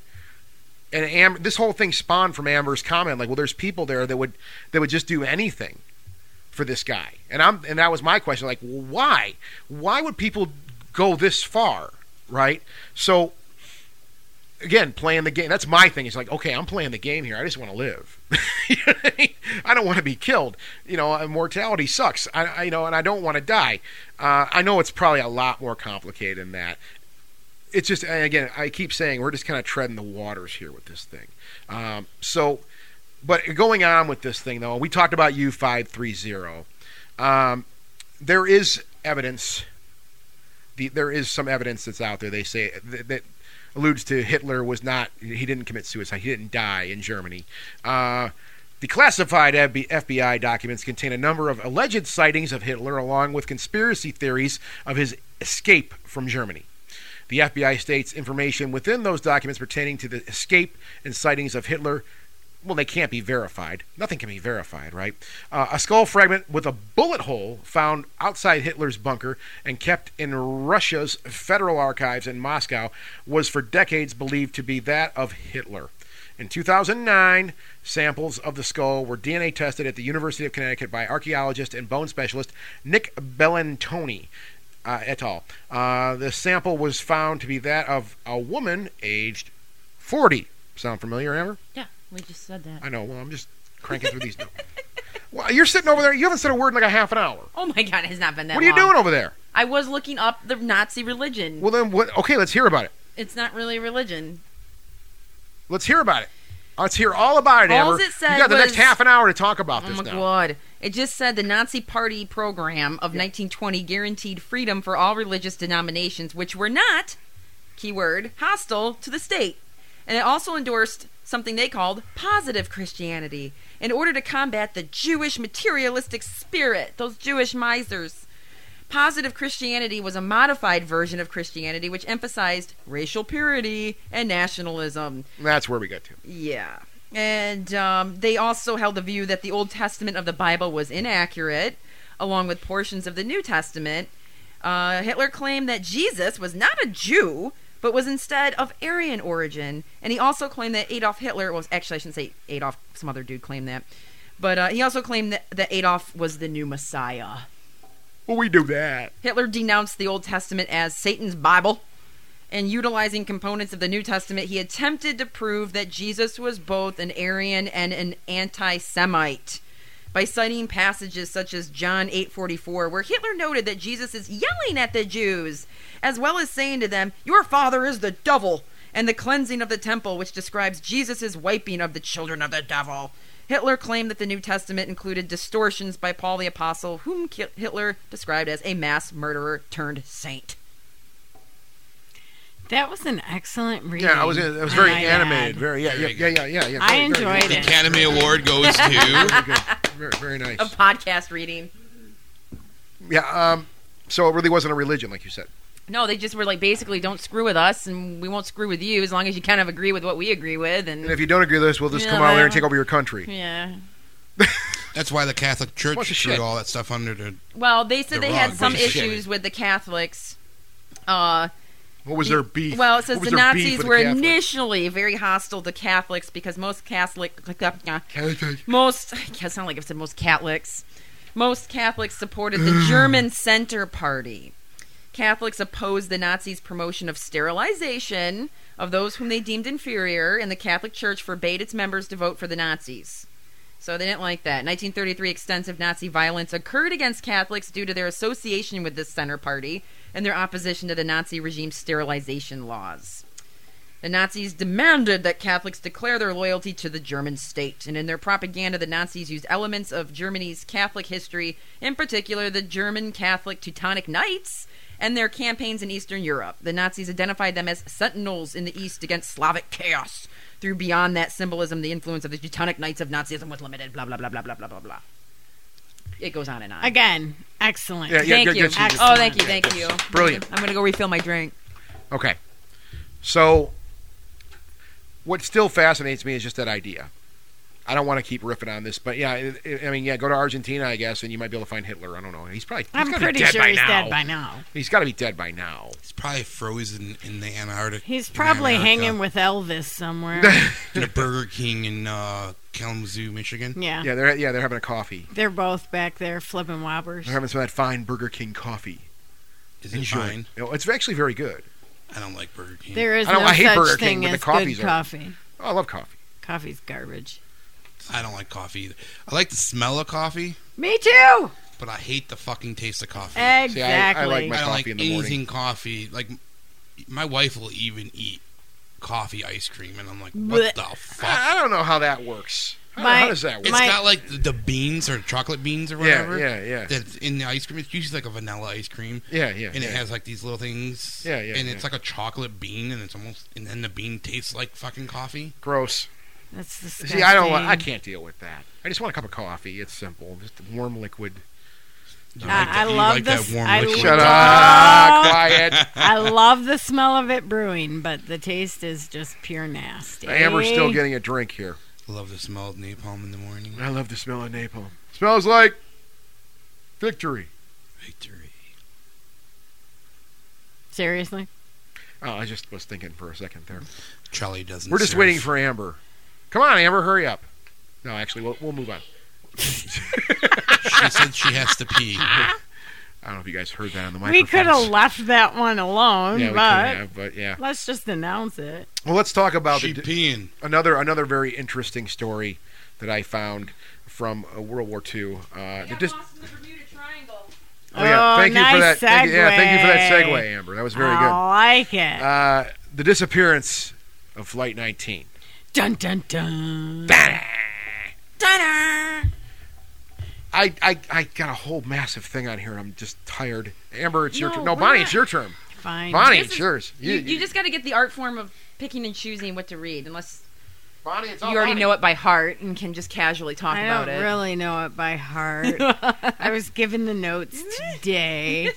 A: And Am- this whole thing spawned from Amber's comment, like, well, there's people there that would that would just do anything for this guy, and I'm and that was my question, like, well, why? Why would people go this far, right? So, again, playing the game. That's my thing. It's like, okay, I'm playing the game here. I just want to live. You know what I mean? I don't want to be killed. You know, and mortality sucks. I, I you know, and I don't want to die. Uh, I know it's probably a lot more complicated than that it's just and again i keep saying we're just kind of treading the waters here with this thing um, so but going on with this thing though we talked about u530 um, there is evidence the, there is some evidence that's out there they say that, that alludes to hitler was not he didn't commit suicide he didn't die in germany uh, the classified FB- FBI documents contain a number of alleged sightings of Hitler, along with conspiracy theories of his escape from Germany. The FBI states information within those documents pertaining to the escape and sightings of Hitler. Well, they can't be verified. Nothing can be verified, right? Uh, a skull fragment with a bullet hole found outside Hitler's bunker and kept in Russia's federal archives in Moscow was for decades believed to be that of Hitler. In 2009, samples of the skull were DNA tested at the University of Connecticut by archaeologist and bone specialist Nick Bellantoni uh, et al. Uh, the sample was found to be that of a woman aged 40. Sound familiar, Amber?
E: yeah, we just said that.
A: I know. Well, I'm just cranking through these. Well, you're sitting over there. You haven't said a word in like a half an hour.
E: Oh my god, it has not been that.
A: What are you
E: long.
A: doing over there?
E: I was looking up the Nazi religion.
A: Well, then, what? Okay, let's hear about it.
E: it's not really religion.
A: Let's hear about it. Let's hear all about it,
E: Alls
A: Amber.
E: it said
A: you got the next
E: was-
A: half an hour to talk about
E: Oh
A: this
E: my
A: now.
E: god. It just said the Nazi Party program of 1920 guaranteed freedom for all religious denominations which were not, keyword, hostile to the state. And it also endorsed something they called positive Christianity in order to combat the Jewish materialistic spirit, those Jewish misers. Positive Christianity was a modified version of Christianity which emphasized racial purity and nationalism.
A: That's where we got to.
E: Yeah. And um, they also held the view that the Old Testament of the Bible was inaccurate, along with portions of the New Testament. Uh, Hitler claimed that Jesus was not a Jew, but was instead of Aryan origin. And he also claimed that Adolf Hitler was actually, I shouldn't say Adolf, some other dude claimed that. But uh, he also claimed that, that Adolf was the new Messiah.
A: Well, we do that.
E: Hitler denounced the Old Testament as Satan's Bible, and utilizing components of the New Testament, he attempted to prove that Jesus was both an Aryan and an anti-Semite by citing passages such as John 8:44 where Hitler noted that Jesus is yelling at the Jews as well as saying to them, "Your father is the devil." And the cleansing of the temple, which describes Jesus' wiping of the children of the devil. Hitler claimed that the New Testament included distortions by Paul the Apostle, whom Ki- Hitler described as a mass murderer turned saint.
B: That was an excellent reading.
A: Yeah, I was. It was very
B: might
A: animated.
B: add.
A: Very yeah, yeah,
D: Very
A: yeah, yeah, yeah. yeah.
B: I
A: Very, very,
B: enjoyed
D: The
B: it.
D: Academy Award goes to.
A: Very, good. very, very nice.
E: A podcast reading.
A: Yeah. Um. So it really wasn't a religion, like you said.
C: No, they just were like basically don't screw with us and we won't screw with you as long as you kind of agree with what we agree with and
A: And if you don't agree with this, we'll just
C: Yeah,
A: come out there
C: whatever.
A: and take over your country.
C: yeah.
D: That's why the Catholic Church
A: Bunch of
D: threw
A: shit.
D: all that stuff under the.
E: Well, they said they
D: They're wrong,
E: had some
D: bunch of shit.
E: issues with the Catholics. Uh,
A: What was their beef?
E: well, it says
A: What was
E: the
A: their beef
E: Nazis
A: with the
E: were
A: Catholics?
E: initially very hostile to Catholics because most Catholic,
A: Catholic.
E: most, I sound like I said most Catholics, most Catholics supported the German Center Party. Catholics opposed the Nazis' promotion of sterilization of those whom they deemed inferior, and the Catholic Church forbade its members to vote for the Nazis. So they didn't like that. 1933 extensive Nazi violence occurred against Catholics due to their association with this center party and their opposition to the Nazi regime's sterilization laws. The Nazis demanded that Catholics declare their loyalty to the German state, and in their propaganda, the Nazis used elements of Germany's Catholic history, in particular the German Catholic Teutonic Knights, and their campaigns in Eastern Europe. The Nazis identified them as sentinels in the East against Slavic chaos. Through beyond that symbolism, the influence of the Teutonic Knights of Nazism was limited, blah, blah, blah, blah, blah, blah, blah, blah. It goes on and on.
B: Again, excellent.
A: Yeah, yeah,
E: thank
A: good-
E: you.
A: good- good-
E: oh, thank you, thank you.
A: Brilliant.
E: I'm going to go refill my drink.
A: Okay. So, what still fascinates me is just that idea. I don't want to keep riffing on this, but yeah, it, it- I mean, yeah, go to Argentina, I guess, and you might be able to find Hitler. I don't know. He's probably. he's
B: I'm
A: gotta be
B: pretty
A: dead
B: sure
A: by
B: he's
A: now.
B: dead by now.
A: He's got to be dead by now.
D: It's probably frozen in the Antarctic.
B: He's
D: in
B: probably
D: Antarctica,
B: hanging with Elvis somewhere.
D: in a Burger King in uh, Kalamazoo, Michigan.
B: yeah.
A: Yeah, they're yeah they're having a coffee.
B: They're both back there flipping whoppers.
A: They're having some of that fine Burger King coffee.
D: Is it
A: Enjoy.
D: fine?
A: You know, it's actually very good.
D: I don't like Burger King.
B: There is
A: I don't-
B: no
A: I hate
B: such
A: Burger King,
B: thing
A: but the
B: as
A: coffee's
B: good
A: all right.
B: coffee.
A: Oh, I love coffee.
B: Coffee's garbage.
D: I don't like coffee either. I like the smell of coffee,
B: Me too.
D: but I hate the fucking taste of coffee.
B: Exactly.
A: My
D: I don't like
A: coffee in the morning.
D: anything coffee. Like my wife will even eat coffee ice cream, and I'm like, what the fuck?
A: I, I don't know how that works. How,
B: My-
A: how does that
D: It's
A: work?
B: Ah, my-
D: got like the- the beans or chocolate beans or
A: yeah,
D: whatever.
A: yeah, yeah,
D: That's in the ice cream. It's usually like a vanilla ice cream.
A: yeah, yeah.
D: and
A: yeah.
D: it has like these little things.
A: Yeah, yeah,
D: And
A: yeah.
D: it's like a chocolate bean, and it's almost, and then the bean tastes like fucking coffee.
A: gross.
B: That's disgusting.
A: See, I don't. want- I can't deal with that. I just want a cup of coffee. It's simple, just warm liquid.
D: You
B: I,
D: like
B: I
D: that- you
B: love
D: like
B: this.
D: That warm
B: I
D: liquid.
A: Shut
B: love-
A: up, quiet.
B: I love the smell of it brewing, but the taste is just pure nasty.
A: Amber's still getting a drink here.
D: Love the smell of napalm in the morning.
A: I love the smell of napalm. Smells like victory.
D: Victory.
B: seriously.
A: Oh, I just was thinking for a second there.
D: Charlie doesn't.
A: We're just
D: serve.
A: waiting for Amber. Come on, Amber, hurry up. No, actually, we'll, we'll move on.
D: she said she has to pee.
A: I don't know if you guys heard that on the microphone.
B: We could have left that one alone,
A: yeah, we could
B: but
A: have, but yeah.
B: let's just announce it.
A: Well, let's talk about
D: she
A: the,
D: peeing.
A: another another very interesting story that I found from uh, World War II. Uh, the dis- oh yeah,
B: Oh,
A: thank you for that.
B: nice
A: Thank you, yeah, thank you for that
B: segue.
A: segue, Amber. That was very
B: I like
A: good.
B: it.
A: Uh, the disappearance of Flight 19.
B: dun dun dun.
A: I, I, I got a whole massive thing on here, and I'm just tired. Amber, it's your
E: No,
A: turn. No,
E: we're
A: Bonnie,
E: not-
A: it's your turn.
B: Fine.
A: Bonnie,
E: This
A: it's
E: is-
A: yours.
E: You, you just got to get the art form of picking and choosing what to read, unless
A: Bonnie, it's all
E: You already
A: Bonnie.
E: know it by heart and can just casually talk
B: I
E: about
B: don't
E: it.
B: really know it by heart. I was given the notes today.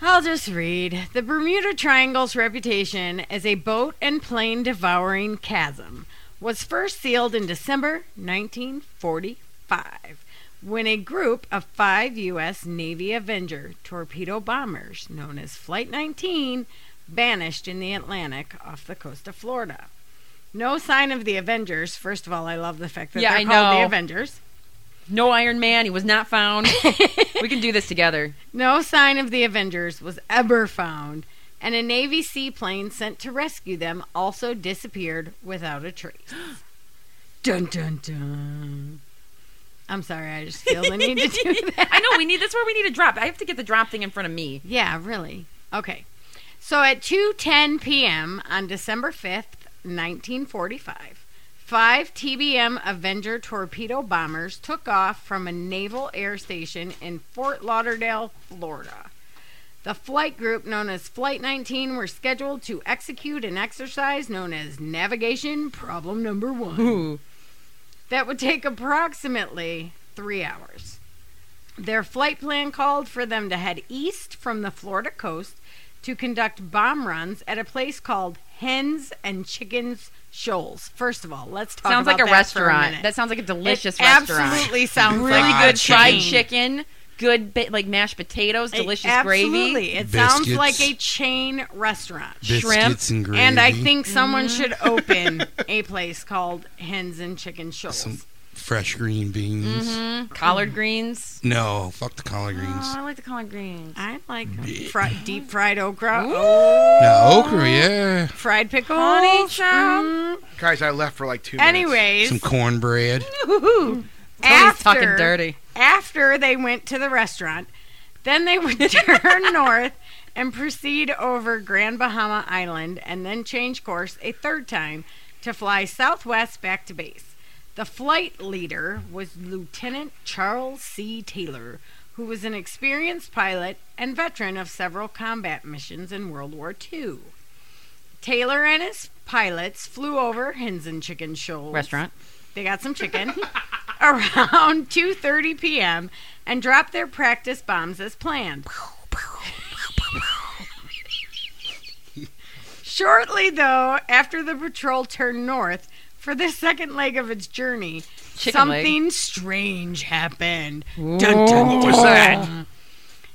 B: I'll just read. The Bermuda Triangle's reputation as a boat and plane devouring chasm was first sealed in December 1945 when a group of five U.S. Navy Avenger torpedo bombers, known as Flight 19, vanished in the Atlantic off the coast of Florida. No sign of the Avengers. First of all, I love the fact that
E: Yeah,
B: they're
E: I
B: called the
E: know.
B: Avengers.
E: No Iron Man. He was not found. we can do this together.
B: No sign of the Avengers was ever found, and a Navy seaplane sent to rescue them also disappeared without a trace. dun dun dun. I'm sorry, I just feel the need to do that.
E: I know we need. That's where we need a drop. I have to get the drop thing in front of me.
B: Yeah, really. Okay. So at 2:10 p.m. on December 5th, 1945, five TBM Avenger torpedo bombers took off from a naval air station in Fort Lauderdale, Florida. The flight group known as Flight 19 were scheduled to execute an exercise known as Navigation Problem Number 1 that would take approximately 3 hours. Their flight plan called for them to head east from the Florida coast to conduct bomb runs at a place called Hens and Chickens Shoals. First of all, let's talk
E: sounds
B: about
E: like a
B: that For a
E: restaurant.
B: minute.
E: that sounds like a delicious
B: it
E: restaurant.
B: Absolutely sounds
E: really
B: like a
E: good fried
B: chain.
E: chicken, good bit, like mashed potatoes,
B: It-
E: delicious
B: absolutely.
E: gravy.
B: It sounds
D: Biscuits.
B: like a chain restaurant.
D: Biscuits and gravy.
B: And I think someone
E: Mm-hmm.
B: should open a place called Hens and Chicken Shoals.
D: some fresh green beans.
B: Mm-hmm.
E: Collard greens.
D: No, fuck the collard
B: Oh, Ah.
D: greens.
E: I like the collard greens.
B: I like fri- deep fried okra. Oh,
D: No, okra, yeah.
B: fried pickles.
E: Honey, child.
B: Mm.
A: Guys, I left for like two minutes.
B: Anyways,
D: Some cornbread.
E: Tony's
B: after,
E: talking dirty.
B: After they went to the restaurant, then they would turn north and proceed over Grand Bahama Island and then change course a third time to fly southwest back to base. The flight leader was Lieutenant Charles C. Taylor, who was an experienced pilot and veteran of several combat missions in World War II. Taylor and his pilots flew over Hens and Chicken Shoals
E: Restaurant.
B: they got some chicken around 2:30 p.m. and dropped their practice bombs as planned. Shortly though, after the patrol turned north for the second leg of its journey,
E: Chicken leg.
B: something strange happened. Dun, dun, what was that?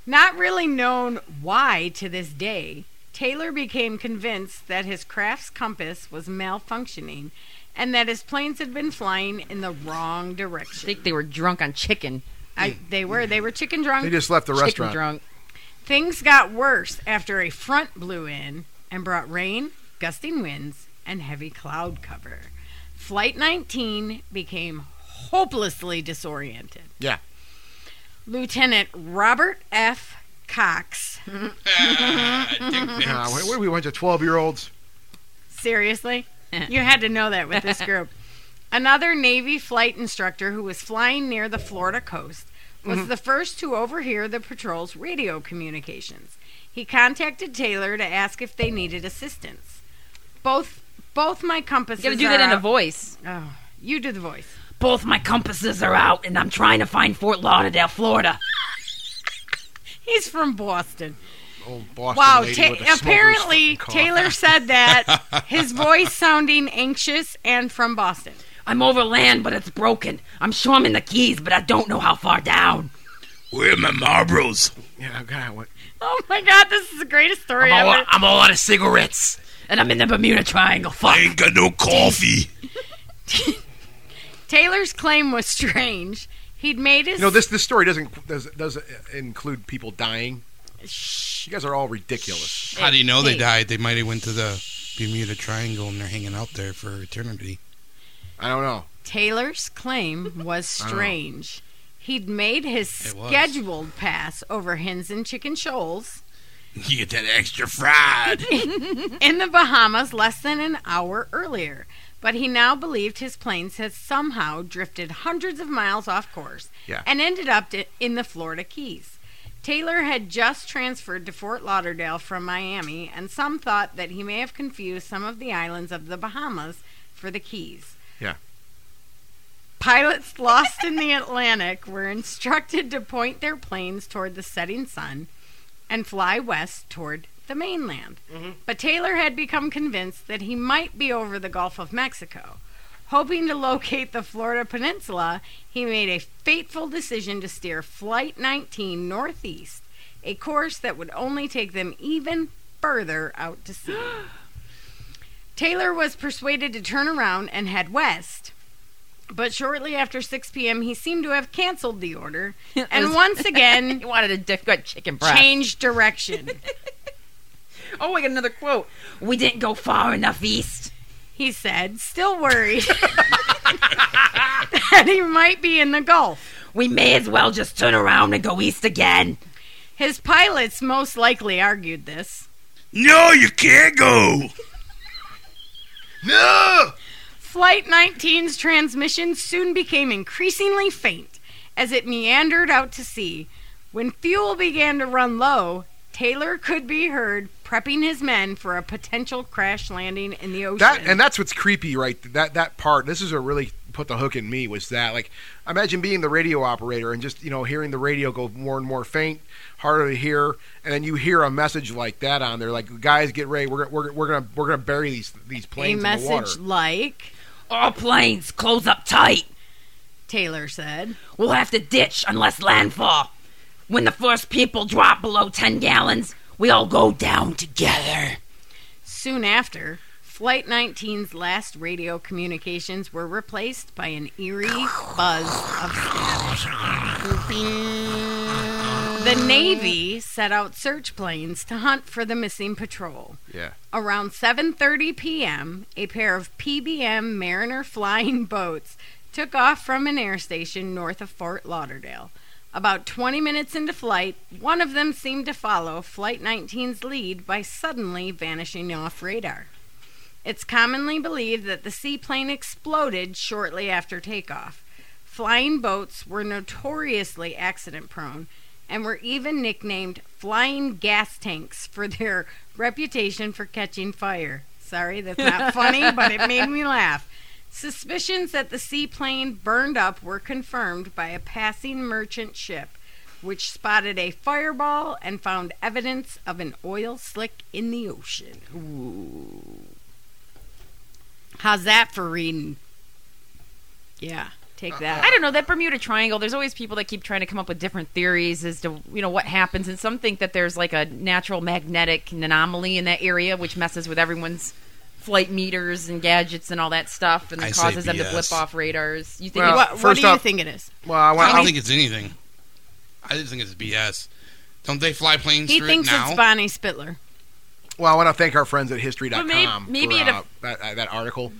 B: Not really known why to this day, Taylor became convinced that his craft's compass was malfunctioning and that his planes had been flying in the wrong
E: I
B: direction.
E: think they were drunk on chicken.
B: I, they were they were chicken
A: They
B: drunk.
A: just left the
E: Chicken
A: restaurant.
E: drunk.
B: Things got worse after a front blew in and brought rain, gusting winds, and heavy cloud cover. Flight 19 became hopelessly disoriented.
A: Yeah.
B: Lieutenant Robert F. Cox.
A: Nah, where, where we went to 12 year olds.
B: Seriously? you had to know that with this group. Another Navy flight instructor who was flying near the Florida coast was the first to overhear the patrol's radio communications. He contacted Taylor to ask if they needed assistance. Both both my compasses
E: You gotta do that in a
B: voice.
E: voice.
B: Oh, you do the voice.
F: Both my compasses are out, and I'm trying to find Fort Lauderdale, Florida.
B: He's from Boston.
A: Old Boston
B: Wow.
A: lady
B: Ta-
A: with a smoker's
B: apparently,
A: fucking cough.
B: Taylor said that his voice sounding anxious and from Boston.
F: I'm over land, but it's broken. I'm sure I'm in the Keys, but I don't know how far down.
D: Where are my Marlboros?
A: Yeah, God, what?
B: Oh my God, this is the greatest story
F: I'm all,
B: ever.
F: I'm all out of cigarettes, and I'm in the Bermuda Triangle. Fuck.
D: Ain't got no coffee.
B: Taylor's claim was strange. He'd made his
A: You know, this this story doesn't does, does include people dying.
B: Shh.
A: You guys are all ridiculous.
D: How do you know
B: Hey.
D: they died? They might have went to the Bermuda Triangle and they're hanging out there for eternity.
A: I don't know.
B: Taylor's claim was strange. He'd made his
D: It was.
B: scheduled pass over hens and chicken shoals
D: You get that extra fried.
B: in the Bahamas less than an hour earlier, but he now believed his planes had somehow drifted hundreds of miles off course
A: Yeah.
B: and ended up di- in the Florida Keys. Taylor had just transferred to Fort Lauderdale from Miami, and some thought that he may have confused some of the islands of the Bahamas for the Keys.
A: Yeah.
B: Pilots lost in the Atlantic were instructed to point their planes toward the setting sun and fly west toward the mainland. But Taylor had become convinced that he might be over the Gulf of Mexico. Hoping to locate the Florida Peninsula, he made a fateful decision to steer Flight 19 northeast, a course that would only take them even further out to sea. Taylor was persuaded to turn around and head west. But shortly after 6 p.m., he seemed to have canceled the order and once again
E: He wanted a diff- good chicken breast.
B: changed direction.
E: Oh, I got another quote.
F: We didn't go far enough east.
B: he said, still worried that he might be in the Gulf.
F: We may as well just turn around and go east again.
B: His pilots most likely argued this.
D: No, you can't go.
A: No.
B: Flight 19's transmission soon became increasingly faint as it meandered out to sea. When fuel began to run low, Taylor could be heard prepping his men for a potential crash landing in the ocean.
A: That and that's what's creepy, right? That that part. This is what really put the hook in me was that like imagine being the radio operator and just you know hearing the radio go more and more faint, harder to hear, and then you hear a message like that on there, like guys get ready, we're we're, we're gonna we're gonna bury these these
B: a
A: planes in the water.
B: message like,
F: All planes, close up tight.
B: Taylor said.
F: We'll have to ditch unless landfall. When the first people drop below 10 gallons, we all go down together.
B: Soon after, Flight 19's last radio communications were replaced by an eerie buzz of static. The Navy set out search planes to hunt for the missing patrol.
A: Yeah.
B: Around 7:30 p.m., a pair of PBM Mariner flying boats took off from an air station north of Fort Lauderdale. About 20 minutes into flight, one of them seemed to follow Flight 19's lead by suddenly vanishing off radar. It's commonly believed that the seaplane exploded shortly after takeoff. Flying boats were notoriously accident prone and were even nicknamed flying gas tanks for their reputation for catching fire. Sorry, that's not funny, but it made me laugh. Suspicions that the seaplane burned up were confirmed by a passing merchant ship, which spotted a fireball and found evidence of an oil slick in the ocean. How's that for reading? Yeah, take
E: I
A: Uh,
B: that.
E: don't know that Bermuda Triangle. There's always people that keep trying to come up with different theories as to you know what happens, and some think that there's like a natural magnetic anomaly in that area, which messes with everyone's flight meters and gadgets and all that stuff, and
D: I say
E: causes them to
D: BS.
E: blip off radars. You think
A: Well,
E: it's-
B: What, what
A: first
B: do you
A: off-
B: think it is?
A: Well, I
D: I
A: want.
D: don't
A: I
D: think it's anything. I just think it's BS. Don't they fly planes
B: He
D: through
B: thinks
D: it now?
B: it's Bonnie Spittler.
A: well, I want to thank our friends at History.com
E: Well, may- maybe
A: for
E: it
A: uh, that, uh, that article.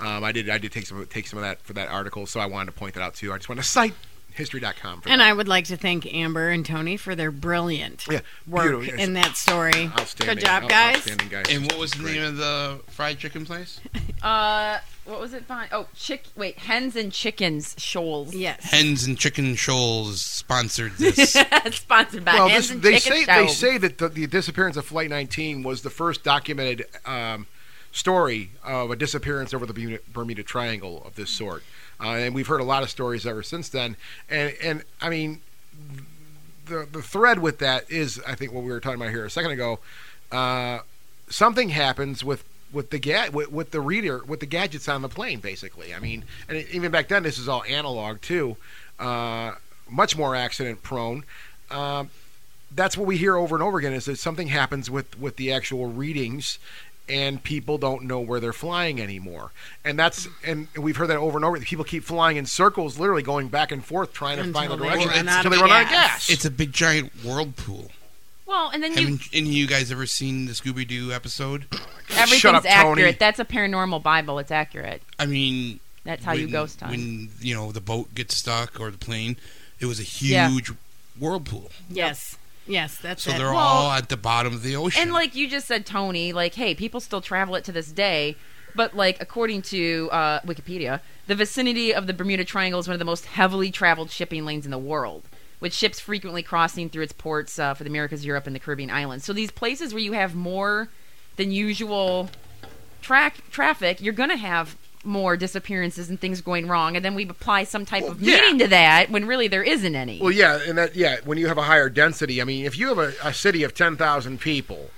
A: Um, I did I did take some take some of that for that article, so I wanted to point that out too. I just want to cite History.com for
B: And
A: that.
B: I would like to thank Amber and Tony for their brilliant
A: Yeah,
B: work
A: beautiful, yes.
B: in that story.
A: Outstanding,
B: Good job,
A: out-
B: guys.
A: Outstanding guys.
D: and what was the
A: Great.
D: name of the fried chicken place?
E: Uh, what was it? Fine. Oh, chick. Wait, hens and chickens shoals.
B: Yes.
D: Hens and Chicken Shoals sponsored this.
E: Sponsored by
A: Well,
E: hens
A: this,
E: and
A: they
E: chicken
A: say they
E: shoals.
A: say that the, the disappearance of Flight 19 was the first documented um, story of a disappearance over the Bermuda, Bermuda Triangle of this sort, uh, and we've heard a lot of stories ever since then. And and I mean, the the thread with that is I think what we were talking about here a second ago. Uh, something happens with with the ga- with, with the reader with the gadgets on the plane basically i mean and it- even back then this is all analog too uh, much more accident prone um, that's what we hear over and over again is that something happens with with the actual readings and people don't know where they're flying anymore and that's and we've heard that over and over people keep flying in circles literally going back and forth trying to find the
B: Until they
A: direction
D: run
B: out
A: until
B: of
A: they run out of
B: gas.
A: gas
D: it's a big giant whirlpool.
E: Well, and then you
D: Haven't any of you guys ever seen the Scooby Doo episode?
E: everything's
A: Shut up,
E: accurate.
A: Tony.
E: That's a paranormal Bible. It's accurate.
D: I mean,
E: That's how you ghost hunt.
D: When you know the boat gets stuck or the plane, it was a huge
E: Yeah.
D: whirlpool.
B: Yes. Yes, that's
D: So
B: it.
D: they're
E: Well-
D: all at the bottom of the ocean.
E: And like you just said, Tony, like, hey, people still travel it to this day. But like, according to uh, Wikipedia, the vicinity of the Bermuda Triangle is one of the most heavily traveled shipping lanes in the world. with ships frequently crossing through its ports uh, for the Americas, Europe, and the Caribbean islands. So these places where you have more than usual track traffic, you're going to have more disappearances and things going wrong, and then we apply some type
A: Well,
E: of
A: yeah.
E: meaning to that when really there isn't any.
A: Well, yeah, and that yeah, when you have a higher density, I mean, if you have a, a city of ten thousand people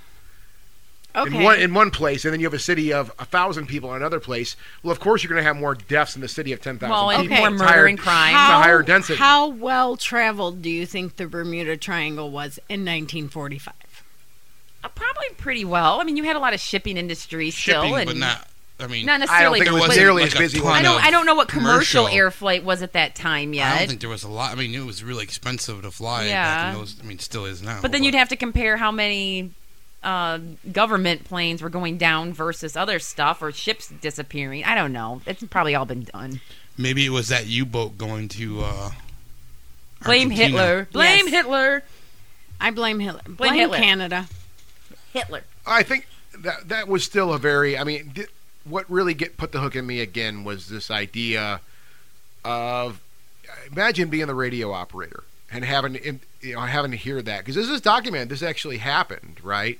B: Okay.
A: in one in one place, and then you have a city of thousand people in another place, well, of course you're going to have more deaths in the city of ten thousand.
E: Well, and
A: people.
E: more
A: It's
E: murder
A: higher-
E: and crime.
A: It's a higher density.
B: How well traveled do you think the Bermuda Triangle was in 1945?
E: Uh, Probably pretty well. I mean, you had a lot of shipping industry still,
D: shipping,
E: and
D: but not. I mean,
E: not
A: I don't
E: necessarily.
A: think it was
E: but-
A: nearly
D: like
A: as
D: a
A: busy.
D: ton
E: I don't.
D: of
E: I don't know what commercial,
D: commercial.
E: air flight was at that time
D: I don't
E: yet.
D: think there was a lot. I mean, it was really expensive to fly
E: Yeah.
D: back in those. I mean, still is now.
E: But then you'd have to compare how many uh, government planes were going down versus other stuff or ships disappearing. I don't know. It's probably all been done.
D: maybe it was that U boat going to. Uh,
E: Blame
D: Argentina.
E: Hitler. Blame
B: Yes.
E: Hitler.
B: I blame Hitler. Blame,
E: Hitler.
B: Canada.
E: Hitler.
A: I think that that was still a very. I mean, di- what really get put the hook in me again was this idea of imagine being the radio operator and having in- you know having to hear that because this is documented. This actually happened, right?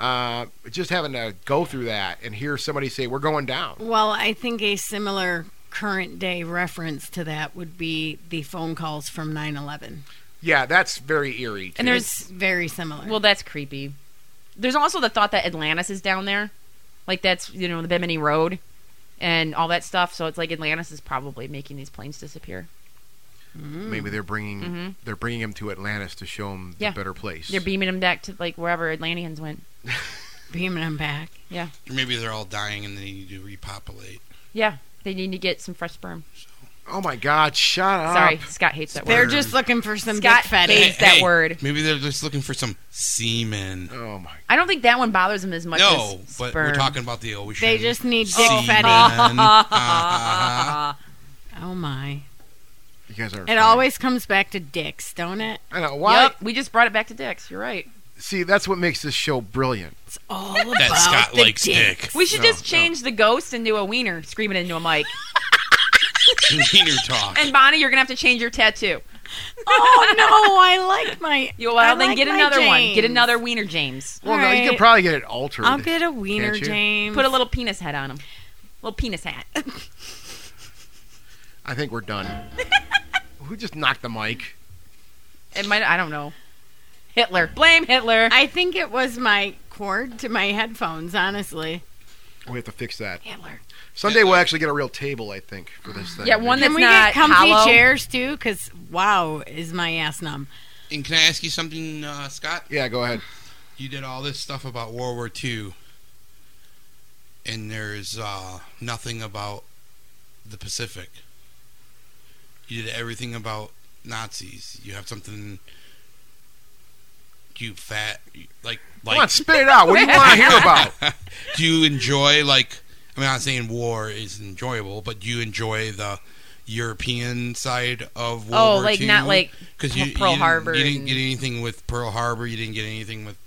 A: Uh, just having to go through that and hear somebody say, "We're going down."
B: Well, I think a similar current day reference to that would be the phone calls from 9/11.
A: Yeah, that's very eerie. too.
E: And
B: It's
E: there's
B: very similar.
E: well, that's creepy. There's also the thought that Atlantis is down there, like that's you know the Bimini Road, and all that stuff. So it's like Atlantis is probably making these planes disappear. Mm-hmm.
A: maybe they're bringing they're bringing him to Atlantis to show him
E: Yeah.
A: the better place.
E: They're beaming them back to like wherever Atlanteans went.
B: beaming them back.
E: Yeah,
D: Or maybe they're all dying and they need to repopulate.
E: yeah. They need to get some fresh sperm.
A: oh my God! Shut
D: Oh.
A: up.
E: Sorry, Scott hates that
B: They're
E: word.
B: just looking for some
E: Scott
B: dick fatty.
E: hates that word.
D: Maybe they're just looking for some semen.
A: Oh my.
E: I don't think that one bothers them as much.
D: No,
E: as
D: but
E: sperm.
D: we're talking about the ocean.
B: They just need dick
D: semen.
B: fatty.
D: Uh-huh.
B: Oh my.
A: You guys are.
B: It always comes back to dicks, don't it?
A: I know why.
E: Yep, we just brought it back to dicks. You're right.
A: See, that's what makes this show brilliant.
B: It's all
D: that
B: about
D: Scott
B: the
D: likes
B: dick.
D: dick.
E: We should
A: No,
E: just change the ghost into a wiener screaming into a mic.
D: Wiener talk.
E: and Bonnie, you're gonna have to change your tattoo.
B: Oh no, I like my.
E: You
B: I
E: well, then
B: like
E: get
B: my
E: another one. Get
B: James.
E: another wiener James.
A: Well, no, you
B: Right.
A: could probably get it altered.
B: I'll get a wiener,
A: Can't you?
B: James.
E: Put a little penis head on him. Little penis hat.
A: I think we're done. Who just knocked the mic?
E: It might. I don't know. Hitler. Blame Hitler.
B: I think it was my cord to my headphones. Honestly,
A: We have to fix that.
B: Hitler.
A: Someday we'll actually get a real table, I think, for this thing.
E: Yeah, one
B: Can
E: That's
B: we
E: not
B: get comfy
E: hollow.
B: chairs too? Because wow, is my ass numb.
D: And can I ask you something, uh, Scott?
A: Yeah, go ahead.
D: You did all this stuff about World War II, and there's uh, nothing about the Pacific. You did everything about Nazis. You have something. You fat like
A: Come on,
D: like
A: spit it out. What do you want to hear about?
D: do you enjoy like I mean I'm not saying war is enjoyable, but do you enjoy the European side of World
E: Oh,
D: War
E: like,
D: II?
E: not like
D: because you,
E: Pearl
D: you didn't-
E: Harbor
D: You didn't
E: and-
D: get anything with Pearl Harbor. You didn't get anything with.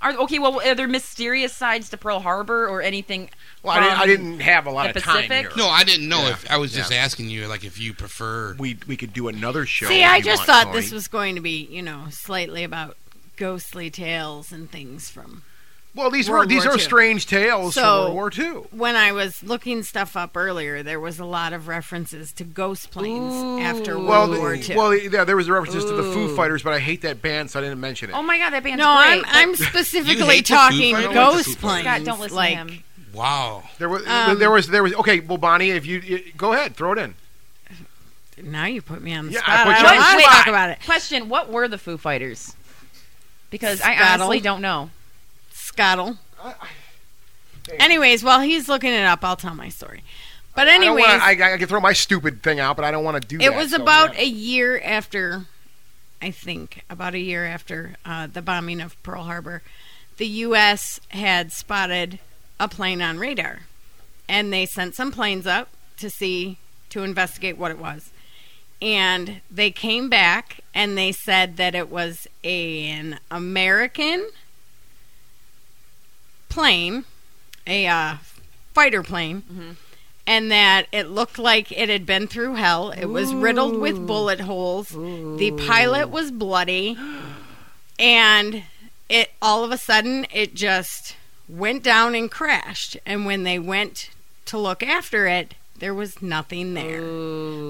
E: Are okay? Well, are there mysterious sides to Pearl Harbor or anything?
A: Well, I didn't, I
E: from-
A: didn't have a lot
E: The
A: of time here.
E: Pacific?
D: No, I didn't know
A: Yeah,
D: if I was just
A: yeah.
D: asking you like if you prefer.
A: We, we could do another show.
B: See,
A: if
B: I
A: you
B: just
A: want,
B: thought
A: Tony.
B: this was going to be, you know, slightly about ghostly tales and things from
A: Well, these were
B: World
A: these
B: War
A: are
B: II.
A: strange tales
B: So-
A: from World War II.
B: when I was looking stuff up earlier. There was a lot of references to ghost planes after World
A: Well,
B: War
A: the,
B: II.
A: well, yeah, there was references to the Foo
E: Ooh.
A: Fighters, but I hate that band, so I didn't mention it.
E: Oh my God, that band's
B: no, I'm
E: great.
B: I'm
D: You
B: specifically
D: hate the Foo
B: talking
D: Fighters?
B: ghost planes.
E: Scott, don't listen
B: like,
E: to him.
D: Wow,
A: There was
B: Um,
A: there was there was okay. Well, Bonnie, if you, you go ahead, throw it in.
B: Now you put me on the
A: Yeah, I
B: spot.
A: put
B: I
A: you
B: don't
A: on the
B: want to
E: spot.
B: talk about it.
E: Question: What were the Foo Fighters? Because I
B: Scuttle.
E: honestly don't know.
B: Scottle. Anyways, while he's looking it up, I'll tell my story. But anyways,
A: I, don't wanna, I, I can throw my stupid thing out, but I don't want to do that.
B: it was
A: so,
B: about
A: yeah.
B: a year after, I think, about a year after uh, the bombing of Pearl Harbor, the U.S. had spotted a plane on radar, and they sent some planes up to see to investigate what it was. And they came back and they said that it was an American plane, a uh, fighter plane, and that it looked like it had been through hell. It was riddled with bullet holes. The pilot was bloody, and it all of a sudden it just went down and crashed. And when they went to look after it, there was nothing there.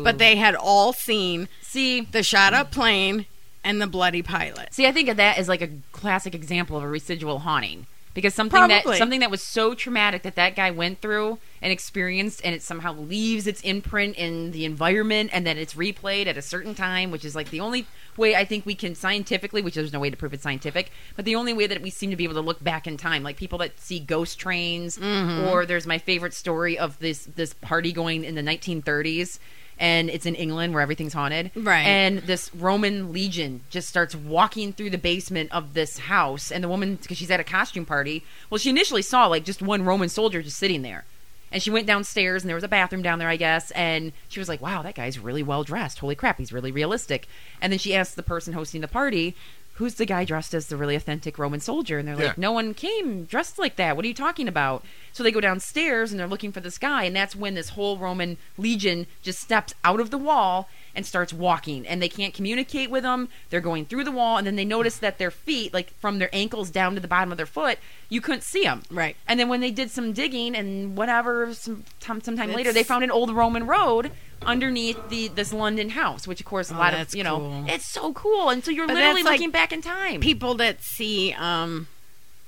B: But they had all seen
E: See,
B: the shot up plane and the bloody pilot.
E: See, I think of that as like a classic example of a residual haunting because something that
B: Probably.
E: something that was so traumatic that that guy went through and experienced, and it somehow leaves its imprint in the environment, and then it's replayed at a certain time, which is like the only way I think we can scientifically, which there's no way to prove it's scientific, but the only way that we seem to be able to look back in time, like people that see ghost trains,
B: Mm-hmm.
E: or there's my favorite story of this this party going in the 1930s. And it's in England where everything's haunted.
B: Right.
E: And and this Roman legion just starts walking through the basement of this house. And the woman, because she's at a costume party, well, she initially saw like just one Roman soldier just sitting there. And she went downstairs, and there was a bathroom down there, I guess. And she was like, wow, that guy's really well dressed. Holy crap, he's really realistic. And then she asked the person hosting the party, who's the guy dressed as the really authentic Roman soldier? And they're like,
A: Yeah.
E: no one came dressed like that. What are you talking about? So they go downstairs and they're looking for this guy. And that's when this whole Roman legion just steps out of the wall and starts walking. And they can't communicate with them. They're going through the wall. And then they notice that their feet, like from their ankles down to the bottom of their foot, you couldn't see them.
B: Right.
E: And then when they did some digging and whatever, some time, sometime later,
B: It's-
E: they found an old Roman road underneath the this London house, which of course a
B: Oh,
E: lot of
B: that's
E: you know,
B: cool.
E: it's so cool. And so you're
B: But
E: literally
B: that's like
E: looking back in time.
B: People that see um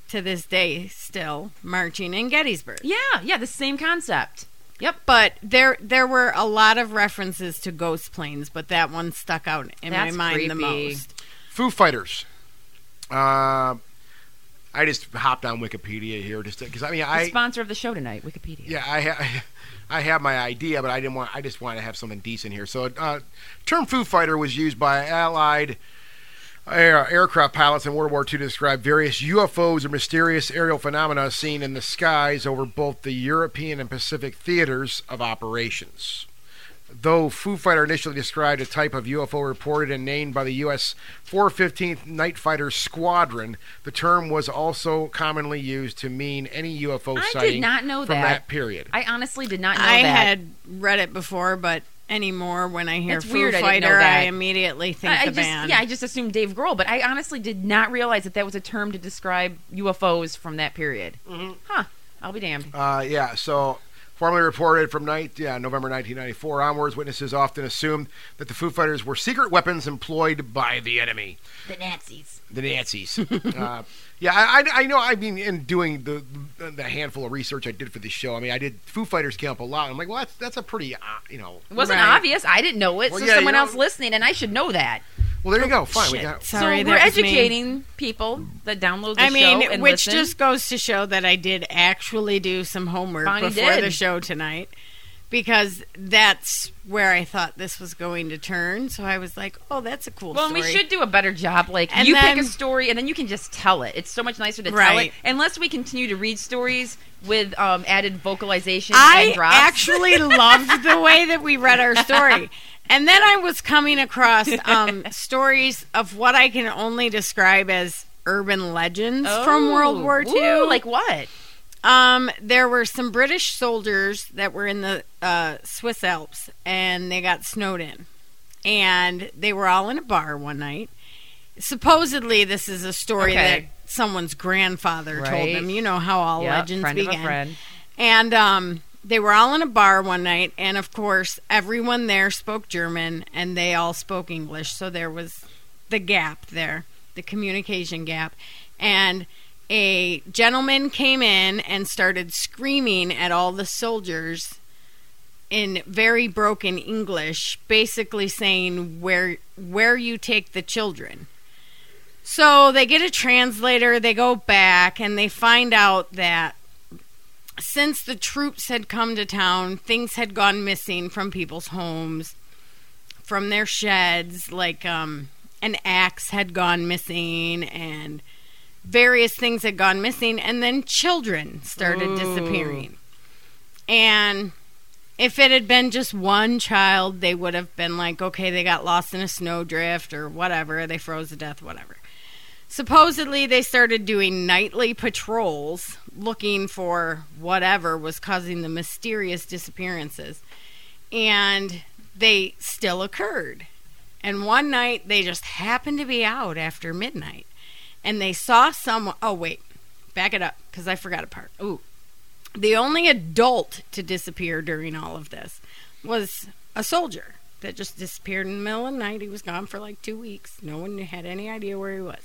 B: to this day still marching in Gettysburg.
E: yeah, yeah, the same concept. Yep.
B: But there there were a lot of references to ghost planes, but that one stuck out in
E: That's
B: my mind the
E: creepy.
B: most.
A: Foo Fighters. Uh, I just hopped on Wikipedia here just because I mean
E: The
A: I
E: sponsor of the show tonight, Wikipedia.
A: yeah I ha- I have my idea, but I didn't want I just wanted to have something decent here. So, uh, term Foo Fighter was used by Allied. Air, aircraft pilots in World War II described various UFOs or mysterious aerial phenomena seen in the skies over both the European and Pacific theaters of operations. Though Foo Fighter initially described a type of UFO reported and named by the U.S. 415th Night Fighter Squadron, the term was also commonly used to mean any UFO
E: I did
A: sighting
E: not know
A: from
E: that.
A: that period.
E: I honestly did not know
B: I
E: that.
B: had read it before, but anymore when I hear
E: That's
B: Foo
E: weird, I didn't know
B: Fighter, I,
E: that.
B: immediately think
E: I, I
B: the
E: just
B: band.
E: yeah, I just assumed Dave Grohl, but I honestly did not realize that that was a term to describe UFOs from that period.
A: Mm-hmm.
E: Huh. I'll be damned.
A: Uh, yeah, so formally reported from night, yeah, November 1994 onwards, witnesses often assumed that the Foo Fighters were secret weapons employed by the enemy,
F: The Nazis.
A: the Nazis. uh, yeah, I, I, I know. I mean, in doing the the handful of research I did for this show, I mean, I did Foo Fighters came up a lot. I'm like, well, that's that's a pretty, uh, you know.
E: It wasn't
B: Right.
E: obvious. I didn't know it.
A: Well,
E: so
A: yeah, you
E: someone
A: know-
E: else listening, and I should know that.
A: Well, there you go. Fine, we
B: Shit.
A: got.
B: Sorry,
E: so we're
B: that was me.
E: educating people that download the
B: I mean,
E: show and
B: which
E: listen.
B: just goes to show that I did actually do some homework
E: Bonnie
B: before
E: did.
B: the show tonight because that's where I thought this was going to turn. So I was like, "Oh, that's a cool
E: well,
B: story."
E: we should do a better job. Like
B: And
E: you
B: then-
E: pick a story, and then you can just tell it. It's so much nicer to tell
B: Right.
E: it. Unless we continue to read stories with um, added vocalization
B: I
E: and drops.
B: actually loved the way that we read our story. And then I was coming across um, stories of what I can only describe as urban legends from World
E: Oh,
B: War II.
E: ooh, like what?
B: Um, there were some British soldiers that were in the uh, Swiss Alps, and they got snowed in, and they were all in a bar one night. Supposedly, this is a story
E: Okay.
B: that someone's grandfather
E: Right.
B: told them. You know how all
E: Yep,
B: legends
E: friend of a
B: began.
E: friend.
B: And um, they were all in a bar one night, and of course, everyone there spoke German, and they all spoke English. So there was the gap there, the communication gap, and a gentleman came in and started screaming at all the soldiers in very broken English, basically saying where where you take the children. So they get a translator, they go back and they find out that since the troops had come to town, things had gone missing from people's homes, from their sheds, like um an axe had gone missing and various things had gone missing and then children started disappearing. And if it had been just one child, they would have been like, okay, they got lost in a snowdrift or whatever, they froze to death, whatever. Supposedly, they started doing nightly patrols looking for whatever was causing the mysterious disappearances. And they still occurred. And one night they just happened to be out after midnight and they saw someone. Oh, wait, back it up because I forgot a part. Ooh. The only adult to disappear during all of this was a soldier that just disappeared in the middle of the night. He was gone for like two weeks. No one had any idea where he was.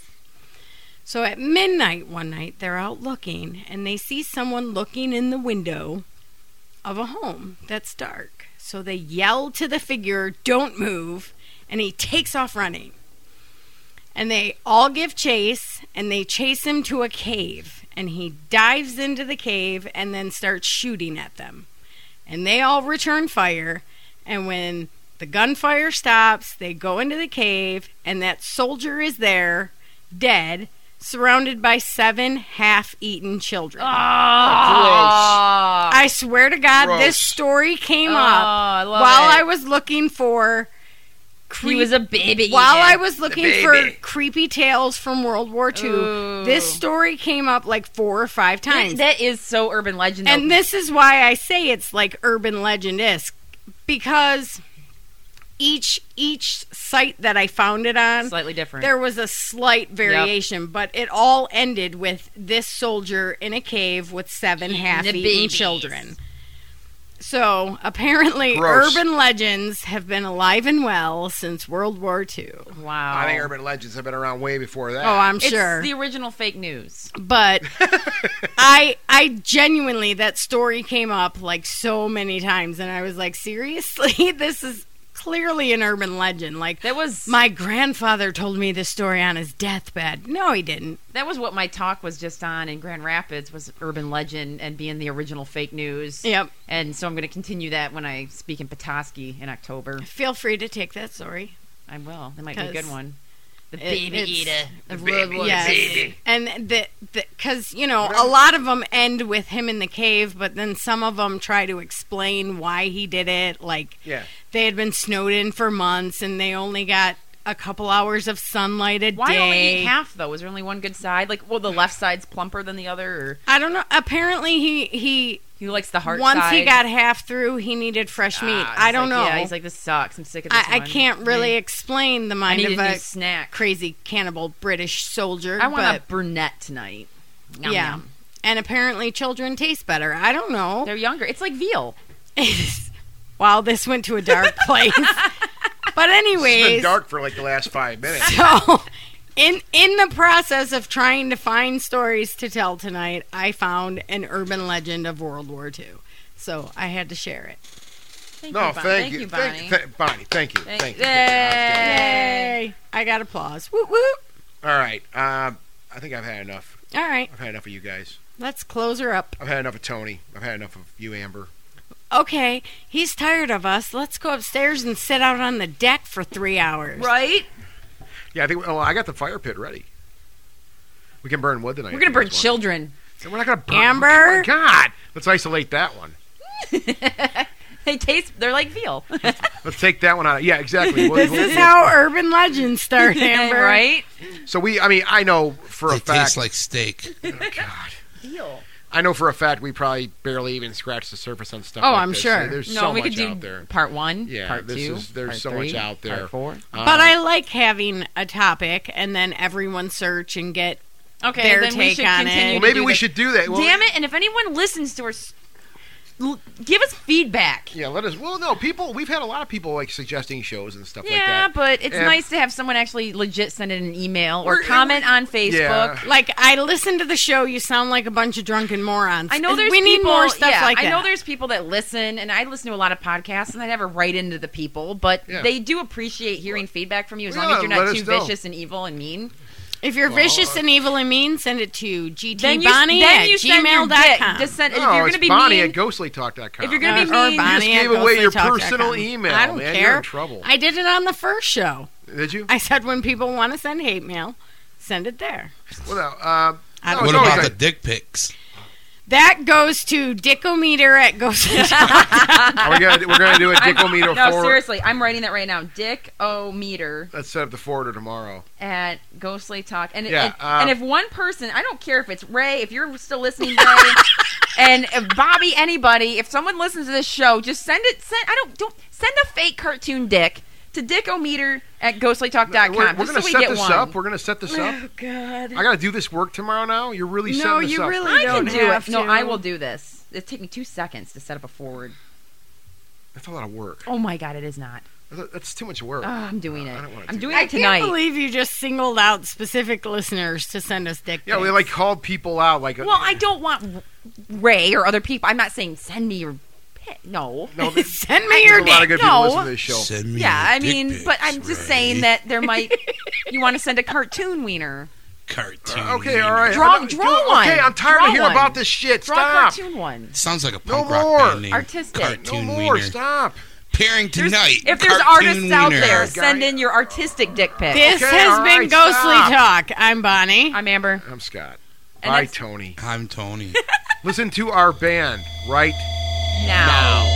B: So at midnight one night, they're out looking and they see someone looking in the window of a home that's dark. So they yell to the figure, Don't move, and he takes off running. And they all give chase and they chase him to a cave. And he dives into the cave and then starts shooting at them. And they all return fire. And when the gunfire stops, they go into the cave, and that soldier is there, dead, surrounded by seven half eaten children.
A: Ah.
B: I swear to God, this
D: Gross.
B: story came
E: Ah, I
B: Ah. up
E: Oh, love
B: while
E: it.
B: I was looking for.
E: He was a baby.
B: While I
E: eater.
B: was looking for creepy tales from World War II, this story came up like four or five times.
E: that is so urban legend. though.
B: and this is why I say it's like urban legend esque because each each site that I found it on
E: slightly different.
B: there was a slight variation, but it all ended with this soldier in a cave with seven half-eaten
E: babies.
B: children. So apparently,
A: Gross.
B: urban legends have been alive and well since World War II.
E: wow.
A: I think urban legends have been around way before that.
B: Oh, I'm
E: it's
B: sure,
E: the original fake news.
B: but I I genuinely that story came up like so many times, and I was like, seriously, this is clearly an urban legend. Like
E: That was
B: my grandfather told me this story on his deathbed. No, he didn't.
E: that was what my talk was just on in Grand Rapids was urban legend and being the original fake news.
B: Yep.
E: And so I'm going to continue that when I speak in Petoskey in October.
B: Feel free to take that story.
E: I will. That might be a good
B: 'Cause
E: one. The
B: It-
E: baby
B: it's-
E: eater. of World War
B: Yes.
E: II.
B: And the because you know a lot of them end with him in the cave, but then some of them try to explain why he did it. Like
A: Yeah.
B: they had been snowed in for months, and they only got a couple hours of sunlight a
E: Why
B: day.
E: only eat half though? Is there only one good side? Like, well, the left side's plumper than the other. Or
B: I don't know. Apparently, he he
E: he likes the heart
B: once
E: side.
B: he got half through, he needed fresh
E: Ah,
B: meat.
E: he's
B: I don't
E: like,
B: know.
E: Yeah, he's like, this sucks. I'm sick of this.
B: I, I
E: one.
B: can't really explain the
E: I
B: mind
E: need
B: of
E: a new
B: a
E: snack.
B: crazy cannibal British soldier.
E: I want
B: but-
E: a brunette tonight. Nom,
B: yeah.
E: nom.
B: And apparently, children taste better. I don't know.
E: they're younger. It's like veal.
B: wow, this went to a dark place. but
A: It's been
B: anyways,
A: dark for like the last five minutes.
B: so in in the process of trying to find stories to tell tonight, I found an urban legend of World War II. So I had to share it.
E: Thank
A: No,
E: you, Bonnie.
A: thank you,
E: Bonnie.
A: thank, th- Bonnie. Thank you,
E: Thank-
A: thank you.
E: Yay.
B: Yay! I got applause. Woot woot!
A: All right, um, I think I've had enough.
B: All right,
A: I've had enough of you guys.
B: let's close her up.
A: I've had enough of Tony. I've had enough of you, Amber.
B: Okay, he's tired of us. Let's go upstairs and sit out on the deck for three hours.
E: Right?
A: Yeah, I think. Oh, I got the fire pit ready. We can burn wood tonight.
E: We're
A: if
E: gonna
A: you
E: burn
A: guys want.
E: children.
A: We're not gonna burn.
B: Amber?
A: Oh my God, let's isolate that one.
E: They taste. They're like veal.
A: Let's take that one out. Yeah, exactly. We'll-
B: This
A: we'll-
B: is how urban legends start, Amber.
E: right?
A: So we. I mean, I know for a
D: It
A: fact.
D: tastes like steak.
A: oh, God. I know for a fact we probably barely even scratched the surface on stuff.
B: Oh,
A: like
B: I'm
A: this.
B: sure.
A: There's
E: No,
A: so
E: we
A: much
E: could do
A: out there.
E: part one.
A: Yeah,
E: part
A: this
E: two.
A: is- there's
E: part
A: so
E: three,
A: much out there.
E: Part four.
A: Um,
B: But I like having a topic and then everyone search and get
E: Okay,
B: Their
E: then we
B: take
E: should
B: on it.
E: continue.
A: Well,
E: to
A: maybe
E: do
A: we
E: this.
A: should do that. Well,
E: Damn it! And if anyone listens to us, l- give us feedback.
A: Yeah, let us. Well, no, people. We've had a lot of people like suggesting shows and stuff like
E: Yeah,
A: that.
E: but it's
A: And-
E: nice to have someone actually legit send in an email or
A: We're-
E: comment on Facebook.
A: Yeah.
B: like I listen to the show. You sound like a bunch of drunken morons.
E: I know there's
B: we need
E: people,
B: more stuff
E: yeah,
B: like that.
E: I know there's people that listen, and I listen to a lot of podcasts, and I never write into the people, but
A: Yeah.
E: they do appreciate hearing feedback from you as long
A: Yeah,
E: as you're
A: let
E: not
A: us
E: too
A: know.
E: vicious and evil and mean.
B: if you're vicious
A: uh,
B: and evil and mean, send it to
E: Then you,
B: gtbonnie
E: then
B: at
E: you send your dick.
B: gmail.com.
E: Just send,
A: No,
E: if you're
A: Oh, it's
E: gonna be
A: Bonnie
E: mean,
A: at ghostlytalk.com.
E: If you're gonna be
B: or, or
E: mean. You
B: Bonnie
A: just gave
B: at
A: away your
B: ghostlytalk.com.
A: personal email,
B: I don't
A: man.
B: care.
A: You're in trouble.
B: I did it on the first show.
A: did you?
B: I said when people want to send hate mail, send it there.
A: well, no, uh,
B: I
A: no,
B: don't
A: it's
D: What
A: always
D: about the
A: like-
D: dick pics?
B: That goes to Dickometer at Ghost.
A: Are we gonna, we're going to do a dickometer
E: no,
A: forward.
E: seriously, I'm writing that right now. Dick O meter
A: Let's set up the forwarder tomorrow.
E: at Ghostly Talk. And,
A: Yeah,
E: and,
A: uh,
E: and if one person, I don't care if it's Ray, if you're still listening, Ray, and if Bobby, anybody, if someone listens to this show, just send it. Send I don't don't send a fake cartoon dick to dickometer at ghostlytalk.com.
A: we're
E: just
A: gonna
E: so we
A: set
E: get
A: this
E: one.
A: up. We're going to set this
E: Oh,
A: up.
B: God.
A: I got to do this work tomorrow now. You're really
B: No,
A: setting this
B: you
A: up.
B: really
E: I
B: don't
E: can do
B: have
E: it. No,
B: to.
E: I will do this. It take me two seconds to set up a forward.
A: That's a lot of work.
E: Oh my god, it is not.
A: That's that's too much work.
E: Oh, I'm doing
A: Uh, I
E: it.
A: don't wanna
E: I'm
A: do
E: doing
B: I
E: it tonight.
B: can't believe you just singled out specific listeners to send us dick
A: yeah, we
B: pics.
A: like called people out. Like, uh,
E: well, I don't want Ray or other people. I'm not saying send me your pit. No.
A: no, there's
B: send me
A: there's
B: your
A: a lot of good
B: dick.
A: people
E: No.
A: listening to this show.
D: Send me
E: Yeah,
D: your
E: I
D: dick
E: mean,
D: pics,
E: but I'm just
D: Ray.
E: saying that there might. you want to send a cartoon wiener?
D: cartoon.
A: Okay, all right.
E: Draw-
A: I don't-
E: draw
A: do it. Okay,
E: one.
A: I'm tired
E: Draw
A: of hearing
E: one.
A: about this shit.
E: Draw a
A: Stop.
E: cartoon one.
D: Sounds like a
A: No
D: punk rock
A: more.
D: band name.
A: No
E: Artistic.
D: Cartoon
A: more.
D: wiener.
A: Stop.
D: Pairing tonight.
E: If there's
D: cartoon
E: artists out
D: wiener.
E: there,
A: Guy-
E: send in your artistic dick pic.
B: This
A: Okay,
B: has
A: all
B: been
A: right,
B: Ghostly
A: stop.
B: Talk. I'm Bonnie.
E: I'm Amber.
A: I'm Scott.
E: And
A: Bye,
E: that's-
A: Tony.
D: I'm Tony.
A: Listen to our band right
E: Now.